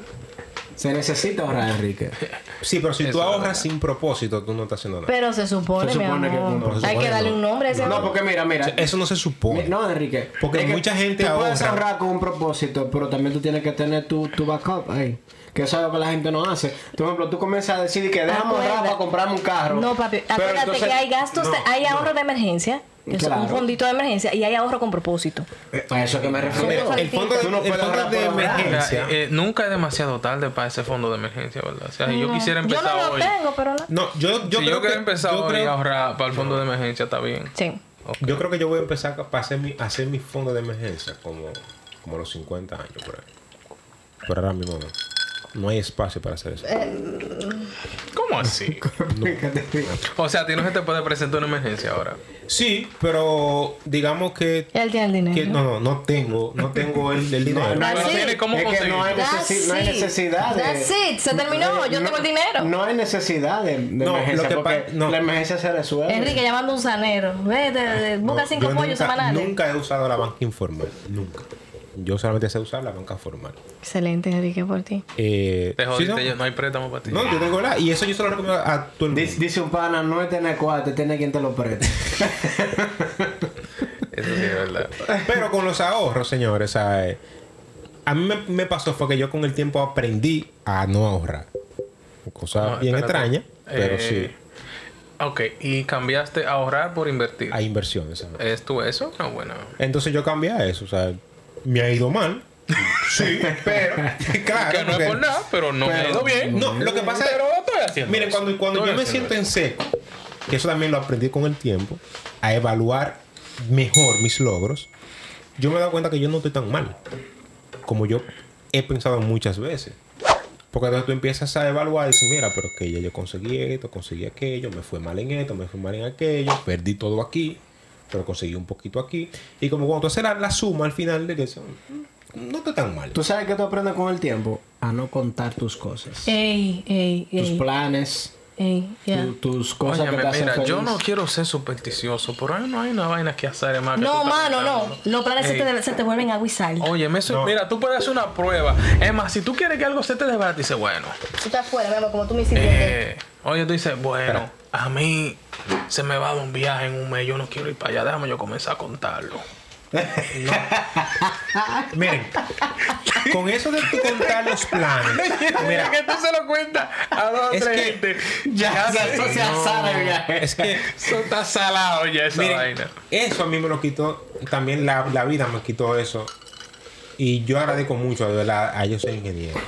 [SPEAKER 4] Se necesita ahorrar, Enrique.
[SPEAKER 2] Sí, pero si
[SPEAKER 3] Eso
[SPEAKER 2] tú
[SPEAKER 3] es
[SPEAKER 2] ahorras
[SPEAKER 3] verdad.
[SPEAKER 2] sin propósito, tú no estás haciendo nada.
[SPEAKER 1] Pero se supone,
[SPEAKER 4] Se supone
[SPEAKER 1] mi
[SPEAKER 4] que-
[SPEAKER 1] amor.
[SPEAKER 4] no, se
[SPEAKER 1] Hay
[SPEAKER 2] supone
[SPEAKER 1] que darle
[SPEAKER 2] no.
[SPEAKER 1] un nombre a ese
[SPEAKER 4] No, porque mira, mira.
[SPEAKER 2] Eso no se supone.
[SPEAKER 4] Mi- No, Enrique.
[SPEAKER 2] Porque
[SPEAKER 4] Es que
[SPEAKER 2] mucha gente
[SPEAKER 4] tú puedes
[SPEAKER 2] ahorra.
[SPEAKER 4] ahorrar con un propósito, pero también tú tienes que tener tu, tu backup ahí. Que eso es algo que la gente no hace. Tú, Por ejemplo, tú comienzas a decir que déjame ahorrar
[SPEAKER 1] Acuérdate.
[SPEAKER 4] para comprarme un carro.
[SPEAKER 1] No, papi,
[SPEAKER 4] Pero
[SPEAKER 1] acuérdate
[SPEAKER 4] entonces-
[SPEAKER 1] que hay gastos, de-
[SPEAKER 2] no,
[SPEAKER 1] hay ahorro de emergencia, que es un
[SPEAKER 4] Claro.
[SPEAKER 1] fondito de emergencia, y hay ahorro con propósito.
[SPEAKER 4] Eh, A eso que me refiero.
[SPEAKER 2] Pero el fondo de,
[SPEAKER 4] Tú no
[SPEAKER 2] el
[SPEAKER 4] puedes
[SPEAKER 2] fondo
[SPEAKER 4] ahorrar
[SPEAKER 2] de
[SPEAKER 4] por ahorrar.
[SPEAKER 3] O sea,
[SPEAKER 2] emergencia.
[SPEAKER 3] eh, nunca es demasiado tarde para ese fondo de emergencia, ¿verdad? O sea, si yo quisiera
[SPEAKER 1] Yo
[SPEAKER 3] empezar
[SPEAKER 1] no lo
[SPEAKER 3] hoy.
[SPEAKER 1] tengo, pero no.
[SPEAKER 2] No, yo, yo
[SPEAKER 3] si
[SPEAKER 2] creo
[SPEAKER 3] yo
[SPEAKER 2] que
[SPEAKER 3] quiero empezar
[SPEAKER 2] yo
[SPEAKER 3] hoy
[SPEAKER 2] creo-
[SPEAKER 3] a ahorrar para el fondo de emergencia, está bien.
[SPEAKER 1] Sí.
[SPEAKER 2] Yo creo que yo voy a empezar a hacer mi, a hacer mi fondo de emergencia como, como a los 50 años por ahí. Pero ahora mismo no. No hay espacio para hacer
[SPEAKER 4] Eh.
[SPEAKER 2] eso.
[SPEAKER 3] ¿Cómo así?
[SPEAKER 4] (laughs)
[SPEAKER 3] o sea, a ti no se te puede presentar una emergencia ahora.
[SPEAKER 2] Sí, pero digamos que,
[SPEAKER 1] Él tiene el
[SPEAKER 2] que
[SPEAKER 1] dinero.
[SPEAKER 2] no, no, no tengo, no tengo el, el dinero.
[SPEAKER 4] No,
[SPEAKER 3] Pero
[SPEAKER 1] Así.
[SPEAKER 3] tiene cómo
[SPEAKER 4] es que no hay,
[SPEAKER 3] conseguirlo.
[SPEAKER 1] That's
[SPEAKER 4] necesi- no hay
[SPEAKER 1] it.
[SPEAKER 4] necesidad de.
[SPEAKER 1] That's it. Se terminó.
[SPEAKER 4] hay-
[SPEAKER 1] Yo tengo el dinero.
[SPEAKER 4] No hay necesidad de, de
[SPEAKER 2] No,
[SPEAKER 4] emergencia.
[SPEAKER 2] lo que
[SPEAKER 4] porque
[SPEAKER 2] pa- no.
[SPEAKER 4] la emergencia se resuelve.
[SPEAKER 1] Enrique llamando a un sanero. Vete,
[SPEAKER 2] No,
[SPEAKER 1] busca cinco
[SPEAKER 2] yo
[SPEAKER 1] pollos
[SPEAKER 2] nunca,
[SPEAKER 1] semanales.
[SPEAKER 2] Nunca he usado la banca informal. Nunca. Yo solamente sé usar la banca formal.
[SPEAKER 1] Excelente, Enrique, por ti.
[SPEAKER 2] Eh,
[SPEAKER 3] Te
[SPEAKER 2] sí,
[SPEAKER 3] jodiste,
[SPEAKER 2] no,
[SPEAKER 3] yo- no hay préstamo para ti.
[SPEAKER 2] No, yo tengo la. Y eso yo se lo recomiendo a todo el mundo.
[SPEAKER 4] Dice, dice un pana, no es tener cuarto, es tener quien te lo preste.
[SPEAKER 3] Eso sí es verdad.
[SPEAKER 2] Pero con los ahorros, señores, ¿sabes? a mí me, me pasó fue que yo con el tiempo aprendí a no ahorrar. Cosa
[SPEAKER 3] No,
[SPEAKER 2] bien
[SPEAKER 3] espérate.
[SPEAKER 2] extraña, pero
[SPEAKER 3] Eh,
[SPEAKER 2] sí,
[SPEAKER 3] Ok, y cambiaste ahorrar por invertir.
[SPEAKER 2] hay inversiones. ¿sabes?
[SPEAKER 3] ¿Es tú eso? No, bueno.
[SPEAKER 2] Entonces yo cambié a eso, o sea, me ha ido mal. Sí, pero (laughs) claro.
[SPEAKER 3] que no
[SPEAKER 2] porque-
[SPEAKER 3] es por nada, pero no me ha
[SPEAKER 2] Ah, pero-
[SPEAKER 3] ido bien.
[SPEAKER 2] No, lo que pasa es
[SPEAKER 3] Pero estoy haciendo
[SPEAKER 2] Miren,
[SPEAKER 3] eso.
[SPEAKER 2] cuando, cuando
[SPEAKER 3] Estoy
[SPEAKER 2] yo me
[SPEAKER 3] haciendo
[SPEAKER 2] siento en seco, que eso también lo aprendí con el tiempo, a evaluar mejor mis logros, yo me he dado cuenta que yo no estoy tan mal como yo he pensado muchas veces. Porque entonces tú empiezas a evaluar y dices, mira, pero que ya yo conseguí esto, conseguí aquello, me fue mal en esto, me fue mal en aquello, perdí todo aquí, pero conseguí un poquito aquí. Y como cuando tú haces la, la suma al final, le dices, "Mm, no estoy tan mal.
[SPEAKER 4] Tú sabes que tú aprendes con el tiempo a no contar tus cosas.
[SPEAKER 1] Ey, ey,
[SPEAKER 4] tus
[SPEAKER 1] ey.
[SPEAKER 4] planes,
[SPEAKER 1] Ey, Eh, ya.
[SPEAKER 4] tu- tus cosas
[SPEAKER 3] Óyeme,
[SPEAKER 4] que te hacen
[SPEAKER 3] mira,
[SPEAKER 4] feliz.
[SPEAKER 3] yo no quiero ser supersticioso, pero ahí no hay una vaina que hacer, hermano. que
[SPEAKER 1] No,
[SPEAKER 3] tú estás
[SPEAKER 1] mano, no.
[SPEAKER 3] pensando.
[SPEAKER 1] Los planes se
[SPEAKER 3] Ey.
[SPEAKER 1] te, se te vuelven agua y sal.
[SPEAKER 3] Oye, me su- mira, tú puedes hacer una prueba. Es más, si tú quieres que algo se te desbarate, dices, bueno.
[SPEAKER 1] Tú estás fuera, mi amor, como tú me hiciste.
[SPEAKER 3] eh, oye, tú dices, bueno, a mí se me va a dar un viaje en un mes, yo no quiero ir para allá, déjame yo comenzar a contarlo.
[SPEAKER 2] Miren, (laughs) con eso de tú contar los planes, mira,
[SPEAKER 3] que tú se lo cuentas a dos o
[SPEAKER 2] Es
[SPEAKER 3] tres
[SPEAKER 2] que
[SPEAKER 3] gente.
[SPEAKER 4] Ya, ya,
[SPEAKER 3] sé.
[SPEAKER 4] eso se azara el viaje.
[SPEAKER 2] es que
[SPEAKER 3] Eso está salado ya esa
[SPEAKER 2] miren,
[SPEAKER 3] vaina.
[SPEAKER 2] eso a mí me lo quitó también la, la vida me quitó eso y yo agradezco mucho de verdad, a ellos soy ingeniero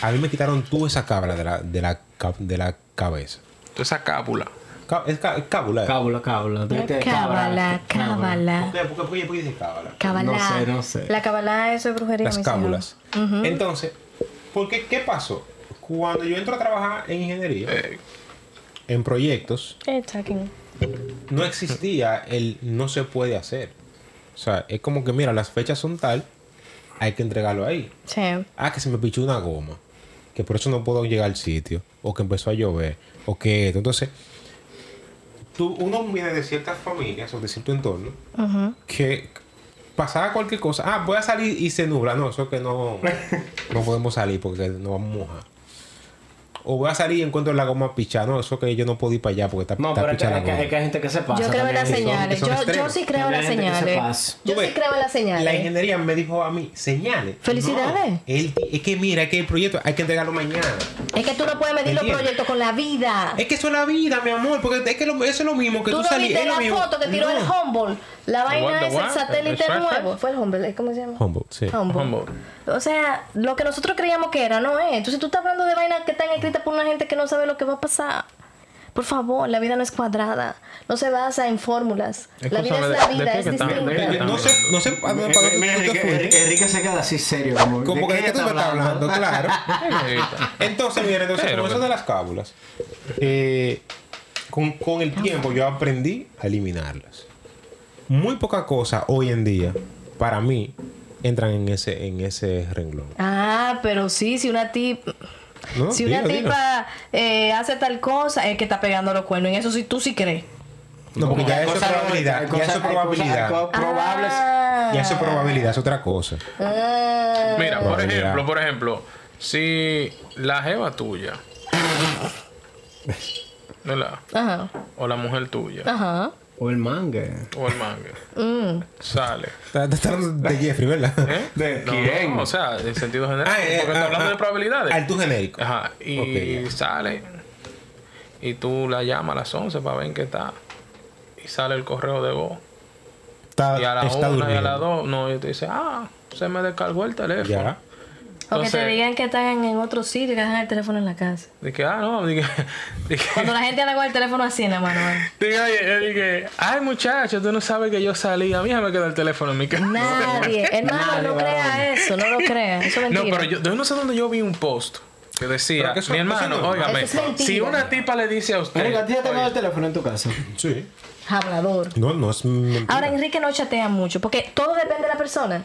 [SPEAKER 2] a mí me quitaron tú esa cabra de la de la, ca- de la cabeza
[SPEAKER 3] Tú esa cápula.
[SPEAKER 2] Ca- es ca- cábula ¿eh?
[SPEAKER 4] Cábula, cábula. tuviste que
[SPEAKER 1] Cábala,
[SPEAKER 4] cabrar.
[SPEAKER 1] cábala.
[SPEAKER 2] ¿Por qué- por qué- por qué dice cábala?
[SPEAKER 1] Cábala.
[SPEAKER 4] No sé, no sé.
[SPEAKER 1] La cábala, eso es brujería.
[SPEAKER 2] las
[SPEAKER 1] mi señor.
[SPEAKER 2] cábulas entonces ¿por qué, qué pasó? cuando yo entro a trabajar en ingeniería
[SPEAKER 3] Eh,
[SPEAKER 2] en proyectos
[SPEAKER 1] Eh, chaquen.
[SPEAKER 2] no existía el no se puede hacer o sea es como que mira las fechas son tal hay que entregarlo ahí
[SPEAKER 1] Sí.
[SPEAKER 2] Ah, que se me pichó una goma. Que por eso no puedo llegar al sitio. O que empezó a llover. O que esto. Entonces, tú, uno viene de ciertas familias o de cierto entorno
[SPEAKER 1] Ujú.
[SPEAKER 2] que pasaba cualquier cosa. Ah, voy a salir y se nubla. No, eso que
[SPEAKER 4] (laughs)
[SPEAKER 2] no, no podemos salir porque nos vamos a mojar. O voy a salir y encuentro la goma pichada. No, eso que yo no puedo ir para allá porque está,
[SPEAKER 4] No,
[SPEAKER 2] está
[SPEAKER 4] pero es que,
[SPEAKER 2] pichada
[SPEAKER 4] es que-
[SPEAKER 2] la
[SPEAKER 4] es que
[SPEAKER 2] goma.
[SPEAKER 4] hay gente que se pasa.
[SPEAKER 1] Yo creo en
[SPEAKER 4] también,
[SPEAKER 1] las
[SPEAKER 4] que son-
[SPEAKER 1] señales.
[SPEAKER 2] que son
[SPEAKER 1] Yo, yo
[SPEAKER 2] extremos.
[SPEAKER 1] sí creo en
[SPEAKER 4] Hay
[SPEAKER 1] las
[SPEAKER 4] gente que se
[SPEAKER 1] señales.
[SPEAKER 4] pasa.
[SPEAKER 1] Yo
[SPEAKER 2] Tú
[SPEAKER 1] sí
[SPEAKER 2] ves,
[SPEAKER 1] creo en las
[SPEAKER 2] La
[SPEAKER 1] señales.
[SPEAKER 2] ingeniería me dijo a mí, señales.
[SPEAKER 1] Felicidades.
[SPEAKER 2] No, él- es que mira, es que el proyecto hay que entregarlo mañana.
[SPEAKER 1] Es que tú no puedes medir los
[SPEAKER 2] ¿Entiendes?
[SPEAKER 1] proyectos con la vida.
[SPEAKER 2] Es que eso es la vida, mi amor, porque es que lo- eso es lo mismo que
[SPEAKER 1] Tú
[SPEAKER 2] tú,
[SPEAKER 1] no
[SPEAKER 2] salí-
[SPEAKER 1] viste
[SPEAKER 2] es lo
[SPEAKER 1] la
[SPEAKER 2] mismo.
[SPEAKER 1] foto que tiró
[SPEAKER 2] No.
[SPEAKER 1] el Humboldt. La
[SPEAKER 3] What
[SPEAKER 1] vaina
[SPEAKER 3] the
[SPEAKER 1] es el
[SPEAKER 3] what?
[SPEAKER 1] satélite
[SPEAKER 3] ¿El Shrek?
[SPEAKER 1] nuevo. Fue el Humboldt, ¿eh? ¿cómo se llama?
[SPEAKER 2] Humboldt, sí.
[SPEAKER 1] Humboldt. O sea, lo que nosotros creíamos que era, no es. Entonces tú estás hablando de vainas que están escritas por una gente que no sabe lo que va a pasar. Por favor, la vida no es cuadrada. No se basa en fórmulas. La vida es
[SPEAKER 3] Escúchame,
[SPEAKER 1] la
[SPEAKER 3] ¿de- de
[SPEAKER 1] vida,
[SPEAKER 3] qué
[SPEAKER 1] es
[SPEAKER 3] que estamos- de- de-
[SPEAKER 1] distinta.
[SPEAKER 2] No sé, no sé para dónde para
[SPEAKER 4] Eh,
[SPEAKER 2] dónde
[SPEAKER 4] mira,
[SPEAKER 2] tú te
[SPEAKER 4] Enrique,
[SPEAKER 2] fuiste.
[SPEAKER 4] Enrique- Enrique se queda así serio. Como, ¿de
[SPEAKER 2] Como que
[SPEAKER 4] qué
[SPEAKER 2] de qué tú me
[SPEAKER 4] está
[SPEAKER 2] estás hablando, claro.
[SPEAKER 3] Ah,
[SPEAKER 4] (laughs)
[SPEAKER 3] Ahorita.
[SPEAKER 2] Entonces, mira, entonces,
[SPEAKER 3] Pero,
[SPEAKER 2] con eso
[SPEAKER 3] pero-
[SPEAKER 2] de las cábulas, eh, con, con el tiempo yo aprendí a eliminarlas. Muy poca cosa hoy en día, para mí, entran en ese, en ese renglón.
[SPEAKER 1] Ah, pero sí, si una tip...
[SPEAKER 2] ¿no?
[SPEAKER 1] si una
[SPEAKER 2] Dilo, dilo.
[SPEAKER 1] tipa eh, hace tal cosa, es que está pegando los cuernos. En eso sí, tú sí crees.
[SPEAKER 2] No, porque ya
[SPEAKER 4] Hay
[SPEAKER 2] eso es
[SPEAKER 4] cosas- hay
[SPEAKER 2] probabilidad. Ya eso es
[SPEAKER 4] cosas- hay cosas
[SPEAKER 2] probabilidad.
[SPEAKER 4] probables.
[SPEAKER 2] Ya eso es probabilidad, es otra cosa.
[SPEAKER 1] Ah.
[SPEAKER 3] Mira, por
[SPEAKER 2] Probabilidad.
[SPEAKER 3] ejemplo, por ejemplo, si la jeva tuya, ¿verdad?
[SPEAKER 1] Ajá.
[SPEAKER 3] O la mujer tuya,
[SPEAKER 1] Ajá. mm.
[SPEAKER 4] O el mangue.
[SPEAKER 3] o el mangue, sale.
[SPEAKER 2] Está- está hablando (laughs) De Jeffrey, ¿verdad?
[SPEAKER 3] ¿Eh?
[SPEAKER 4] ¿De
[SPEAKER 3] No,
[SPEAKER 4] quién?
[SPEAKER 3] no, o sea, en sentido general.
[SPEAKER 2] Ah, eh,
[SPEAKER 3] porque está
[SPEAKER 2] ah,
[SPEAKER 3] hablando
[SPEAKER 2] ah,
[SPEAKER 3] de probabilidades.
[SPEAKER 2] Al tu genérico.
[SPEAKER 3] Ajá, y
[SPEAKER 2] Ok, ya.
[SPEAKER 3] sale. Y tú la llamas a las 11 para ver qué está. Y sale el correo de voz.
[SPEAKER 2] Está,
[SPEAKER 3] Y a las
[SPEAKER 2] Ah, está
[SPEAKER 3] 1 y a
[SPEAKER 2] durmiendo.
[SPEAKER 3] las 2, no, y te dice, ah, se me descargó el teléfono.
[SPEAKER 2] Ya.
[SPEAKER 1] O que te
[SPEAKER 3] Entonces-
[SPEAKER 1] digan que están en otro sitio y que dejan el teléfono en la casa.
[SPEAKER 3] Dije, ah, no, (laughs) dije, dije,
[SPEAKER 1] Cuando la gente anda con el teléfono así en la mano. ¿eh?
[SPEAKER 3] dije, oye, yo dije, ay muchacho, tú no sabes que yo salí, a mí ya me quedó el teléfono en mi casa. (laughs)
[SPEAKER 1] Nadie. Hermano, no crea eso. No lo crea. Eso es
[SPEAKER 3] No,
[SPEAKER 1] mentira.
[SPEAKER 3] pero yo, yo no sé dónde yo vi un post que decía,
[SPEAKER 2] Pero que eso-
[SPEAKER 3] mi
[SPEAKER 2] eso
[SPEAKER 3] hermano,
[SPEAKER 2] no-
[SPEAKER 3] óigame,
[SPEAKER 1] Eso es mentira.
[SPEAKER 3] si una tipa le dice a usted,
[SPEAKER 4] Enrique, ¿a ti ya te
[SPEAKER 3] oye,
[SPEAKER 4] va el teléfono en tu casa?
[SPEAKER 2] Sí.
[SPEAKER 1] Hablador.
[SPEAKER 2] No, no es mentira.
[SPEAKER 1] Ahora, Enrique no chatea mucho, porque todo depende de la persona.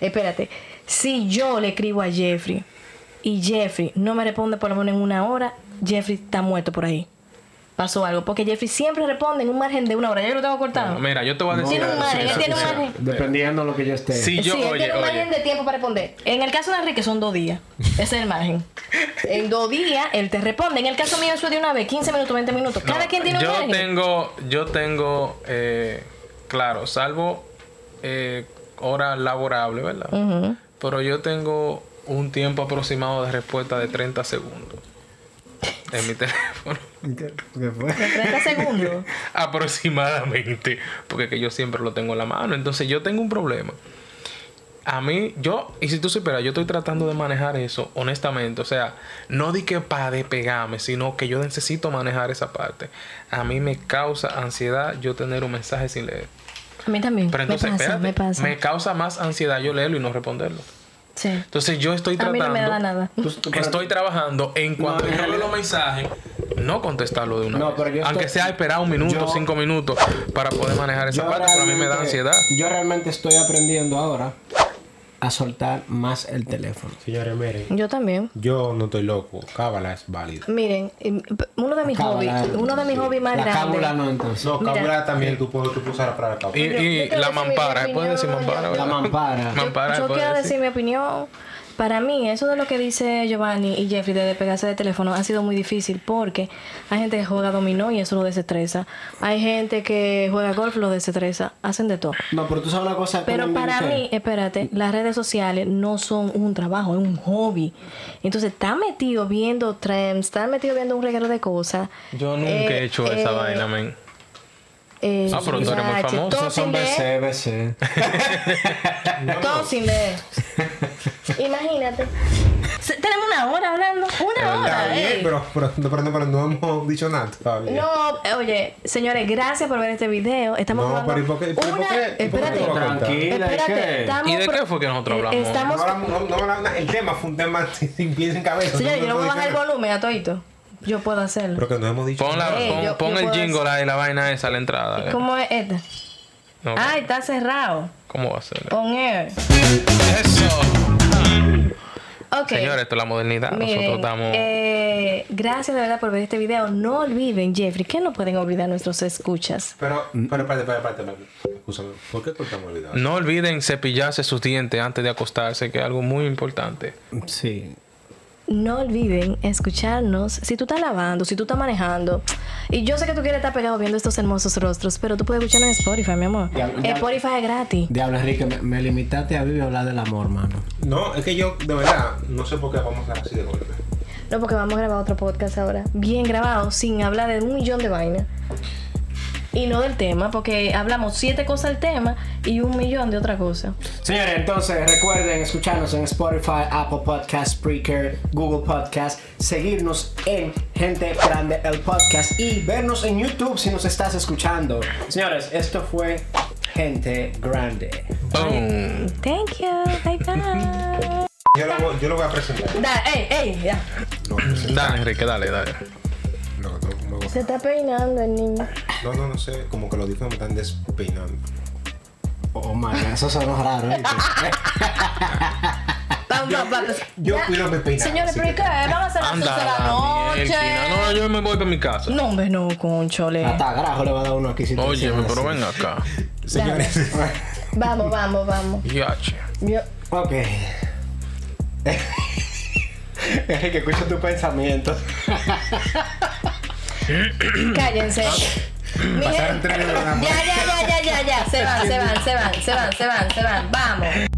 [SPEAKER 1] Espérate, si yo le escribo a Jeffrey y Jeffrey no me responde por lo menos en una hora, Jeffrey está muerto por ahí. Pasó algo, porque Jeffrey siempre responde en un margen de una hora. Yo lo tengo cortado.
[SPEAKER 3] mira, yo te voy a decir,
[SPEAKER 1] Tiene un
[SPEAKER 3] algo,
[SPEAKER 1] margen,
[SPEAKER 3] eso
[SPEAKER 1] él tiene un
[SPEAKER 3] sí, eso
[SPEAKER 1] margen.
[SPEAKER 3] sí.
[SPEAKER 4] Dependiendo de lo que yo esté.
[SPEAKER 3] Si yo,
[SPEAKER 1] sí, él
[SPEAKER 3] oye,
[SPEAKER 1] tiene un margen
[SPEAKER 3] oye,
[SPEAKER 1] de tiempo para responder. En el caso de Enrique son dos días. Ese es el
[SPEAKER 3] (laughs)
[SPEAKER 1] margen. En dos días él te responde. En el caso mío eso es de una vez, 15 minutos, 20 minutos. Cada
[SPEAKER 3] no,
[SPEAKER 1] quien tiene un
[SPEAKER 3] yo
[SPEAKER 1] margen.
[SPEAKER 3] tengo, yo tengo, eh, claro, salvo eh, hora laborable, ¿verdad?
[SPEAKER 1] Ujú.
[SPEAKER 3] Pero yo tengo un tiempo aproximado de respuesta de 30 segundos en mi (laughs) teléfono.
[SPEAKER 4] ¿Qué, qué fue?
[SPEAKER 1] 30 segundos.
[SPEAKER 3] (laughs) Aproximadamente. Porque que yo siempre lo tengo en la mano. Entonces yo tengo un problema. A mí, yo, y si tú superas, yo estoy tratando de manejar eso, honestamente. O sea, no di que para despegarme, sino que yo necesito manejar esa parte. A mí me causa ansiedad yo tener un mensaje sin leer.
[SPEAKER 1] A mí también.
[SPEAKER 3] Pero entonces,
[SPEAKER 1] me pasa,
[SPEAKER 3] espérate,
[SPEAKER 1] me pasa.
[SPEAKER 3] causa más ansiedad yo leerlo y no responderlo.
[SPEAKER 1] Sí.
[SPEAKER 3] Entonces yo estoy
[SPEAKER 1] A mí
[SPEAKER 3] tratando.
[SPEAKER 1] no me da nada.
[SPEAKER 4] Tú- tú-
[SPEAKER 3] Estoy trabajando en cuanto
[SPEAKER 4] Pues, No,
[SPEAKER 3] yo
[SPEAKER 4] no,
[SPEAKER 3] veo
[SPEAKER 4] no.
[SPEAKER 3] los mensajes, no contestarlo de una
[SPEAKER 4] No,
[SPEAKER 3] vez.
[SPEAKER 4] pero yo
[SPEAKER 3] Aunque
[SPEAKER 4] estoy-
[SPEAKER 3] sea esperar un minuto,
[SPEAKER 4] yo-
[SPEAKER 3] cinco minutos para poder manejar esa
[SPEAKER 4] yo
[SPEAKER 3] parte, pero a mí me da
[SPEAKER 4] realmente-
[SPEAKER 3] ansiedad.
[SPEAKER 4] Yo realmente estoy aprendiendo ahora a soltar más el teléfono.
[SPEAKER 2] Señores, miren.
[SPEAKER 1] Yo también.
[SPEAKER 2] Yo no estoy loco. Cábala es válida.
[SPEAKER 1] Miren, eh, uno de mis
[SPEAKER 4] Cábala,
[SPEAKER 1] hobbies, uno de mis
[SPEAKER 4] sí.
[SPEAKER 1] hobbies más
[SPEAKER 4] La cábula
[SPEAKER 1] grandes.
[SPEAKER 4] no, entonces.
[SPEAKER 2] No,
[SPEAKER 1] Mira.
[SPEAKER 2] cábala también tú puedes tú puedes usar para la cábala.
[SPEAKER 3] Y,
[SPEAKER 1] Yo- yo
[SPEAKER 3] y
[SPEAKER 1] quiero
[SPEAKER 3] la
[SPEAKER 1] decir mi
[SPEAKER 3] mampara, ¿eh? ¿puedes decir
[SPEAKER 1] opinión,
[SPEAKER 3] mampara?
[SPEAKER 1] yo-
[SPEAKER 4] La
[SPEAKER 3] verdad?
[SPEAKER 4] mampara.
[SPEAKER 3] Mampara,
[SPEAKER 1] Yo
[SPEAKER 3] ¿puedes
[SPEAKER 1] quiero
[SPEAKER 3] decir?
[SPEAKER 1] decir mi opinión. Para mí, eso de lo que dice Giovanni y Jeffrey de despegarse de teléfono ha sido muy difícil porque hay gente que juega dominó y eso lo desestresa. Hay gente que juega golf lo desestresa. Hacen de todo.
[SPEAKER 4] No, pero tú sabes una cosa. que
[SPEAKER 1] Pero
[SPEAKER 4] no me
[SPEAKER 1] para
[SPEAKER 4] dice.
[SPEAKER 1] mí, espérate, las redes sociales no son un trabajo, es un hobby. Entonces, está metido viendo trends, está metido viendo un regalo de cosas.
[SPEAKER 3] Yo nunca he
[SPEAKER 1] Eh,
[SPEAKER 3] hecho esa
[SPEAKER 1] eh,
[SPEAKER 3] vaina, men.
[SPEAKER 1] Eh,
[SPEAKER 3] Ah, pero tú eres muy
[SPEAKER 1] Versace,
[SPEAKER 3] famoso,
[SPEAKER 1] Todo
[SPEAKER 4] Esos son
[SPEAKER 1] sin leer.
[SPEAKER 4] BC, BC.
[SPEAKER 1] Todo sin
[SPEAKER 3] (laughs)
[SPEAKER 1] leer. Imagínate. Se- Tenemos una hora hablando. Una
[SPEAKER 2] Está
[SPEAKER 1] hora.
[SPEAKER 2] bien,
[SPEAKER 1] ey.
[SPEAKER 2] pero, pero, pero no- pero no hemos dicho nada todavía.
[SPEAKER 1] eh. No, eh, oye, señores, gracias por ver este video. Estamos
[SPEAKER 2] No,
[SPEAKER 1] hablando
[SPEAKER 2] pero ¿y por qué- por qué-
[SPEAKER 1] una-
[SPEAKER 2] por qué- por qué
[SPEAKER 1] Espérate,
[SPEAKER 2] tú lo vas a contar?
[SPEAKER 4] Tranquila, ¿y
[SPEAKER 1] espérate.
[SPEAKER 4] qué?
[SPEAKER 1] estamos
[SPEAKER 3] ¿Y de
[SPEAKER 1] pro-
[SPEAKER 3] qué fue que nosotros
[SPEAKER 1] eh,
[SPEAKER 3] hablamos?
[SPEAKER 2] No
[SPEAKER 1] Estamos
[SPEAKER 2] hablamos- no- no hablamos nada. El tema fue un tema (laughs) sin, sin pies sin cabeza.
[SPEAKER 1] Señores, yo le voy a
[SPEAKER 2] puedo
[SPEAKER 1] bajar el
[SPEAKER 2] decir nada.
[SPEAKER 1] volumen a todito. Yo puedo hacerlo.
[SPEAKER 2] Pero que no hemos dicho.
[SPEAKER 3] Pon, la-
[SPEAKER 2] nada.
[SPEAKER 1] Eh,
[SPEAKER 3] pon-
[SPEAKER 1] yo-
[SPEAKER 3] pon
[SPEAKER 1] yo
[SPEAKER 3] el
[SPEAKER 1] puedo
[SPEAKER 3] jingle ahí, la vaina esa, la entrada. eh.
[SPEAKER 1] ¿Cómo es esta?
[SPEAKER 3] No,
[SPEAKER 1] Ah, está cerrado.
[SPEAKER 3] ¿Cómo va a ser?
[SPEAKER 1] On air.
[SPEAKER 3] ¡Eso!
[SPEAKER 1] Ok.
[SPEAKER 3] Señores, esto es la modernidad. Nosotros
[SPEAKER 1] Miren,
[SPEAKER 3] estamos...
[SPEAKER 1] eh, gracias de verdad por ver este video. No olviden, Jeffrey, que no pueden olvidar nuestros escuchas.
[SPEAKER 2] Pero, pero, espérate, espérate, espérate, espérate. Escúchame, ¿por qué cortamos el video?
[SPEAKER 3] No olviden cepillarse sus dientes antes de acostarse, que es algo muy importante.
[SPEAKER 4] Sí.
[SPEAKER 1] No olviden escucharnos si tú estás lavando, si tú estás manejando. Y yo sé que tú quieres estar pegado viendo estos hermosos rostros, pero tú puedes escucharnos en Spotify, mi amor.
[SPEAKER 4] Ya- ya-
[SPEAKER 1] Spotify es gratis.
[SPEAKER 4] Diablo, Enrique, me, me limitaste a vivir a hablar del amor, mano.
[SPEAKER 2] No, es que yo, de verdad, no sé por qué vamos a hablar así de golpe.
[SPEAKER 1] No, porque vamos a grabar otro podcast ahora. Bien grabado, sin hablar de un millón de vainas. Y no del tema, porque hablamos siete cosas del tema y un millón de otra cosa.
[SPEAKER 4] Señores, entonces recuerden escucharnos en Spotify, Apple Podcast, Spreaker, Google Podcast, seguirnos en Gente Grande el Podcast y vernos en YouTube si nos estás escuchando. Señores, esto fue Gente Grande.
[SPEAKER 3] ¡Boom!
[SPEAKER 1] Thank you. Bye bye.
[SPEAKER 2] Yo lo, voy- yo lo voy a presentar.
[SPEAKER 1] (laughs) Da, ey, ey, ya.
[SPEAKER 2] No, presentar.
[SPEAKER 3] Dale, Enrique, dale, dale.
[SPEAKER 2] No, no, no,
[SPEAKER 1] Se está peinando el niño.
[SPEAKER 2] no, no, no sé, como que los audífonos me están despeinando.
[SPEAKER 4] ¿eh? (laughs) Oh, my God, eso sonó raro. ¿oíste?
[SPEAKER 1] Vamos, vamos, vamos.
[SPEAKER 2] Yo
[SPEAKER 1] Ya.
[SPEAKER 2] cuido mi peinado,
[SPEAKER 1] Señores,
[SPEAKER 2] así
[SPEAKER 1] pero ¿y
[SPEAKER 2] que-
[SPEAKER 1] qué? Van a hacer las
[SPEAKER 3] Anda,
[SPEAKER 1] once de la
[SPEAKER 3] la mierda. No,
[SPEAKER 1] noche.
[SPEAKER 3] yo me voy para mi casa.
[SPEAKER 6] No, hombre, no, conchole.
[SPEAKER 4] Hasta grajo le va a dar uno aquí si te
[SPEAKER 3] Oye,
[SPEAKER 4] encima
[SPEAKER 3] pero
[SPEAKER 4] así.
[SPEAKER 3] ven acá.
[SPEAKER 2] Señores,
[SPEAKER 1] Vamos, vamos,
[SPEAKER 3] (clears throat)
[SPEAKER 1] vamos.
[SPEAKER 3] Ya, che.
[SPEAKER 1] Yo-
[SPEAKER 4] Ok. (laughs) Enrique, escucha tu pensamiento.
[SPEAKER 1] Cállense. Mi
[SPEAKER 2] pasaron
[SPEAKER 1] gente-
[SPEAKER 2] tres horas
[SPEAKER 1] Ya, ya, ya, ya, ya, ya. Se van, se van, se van, se van, se van, se van. Vamos.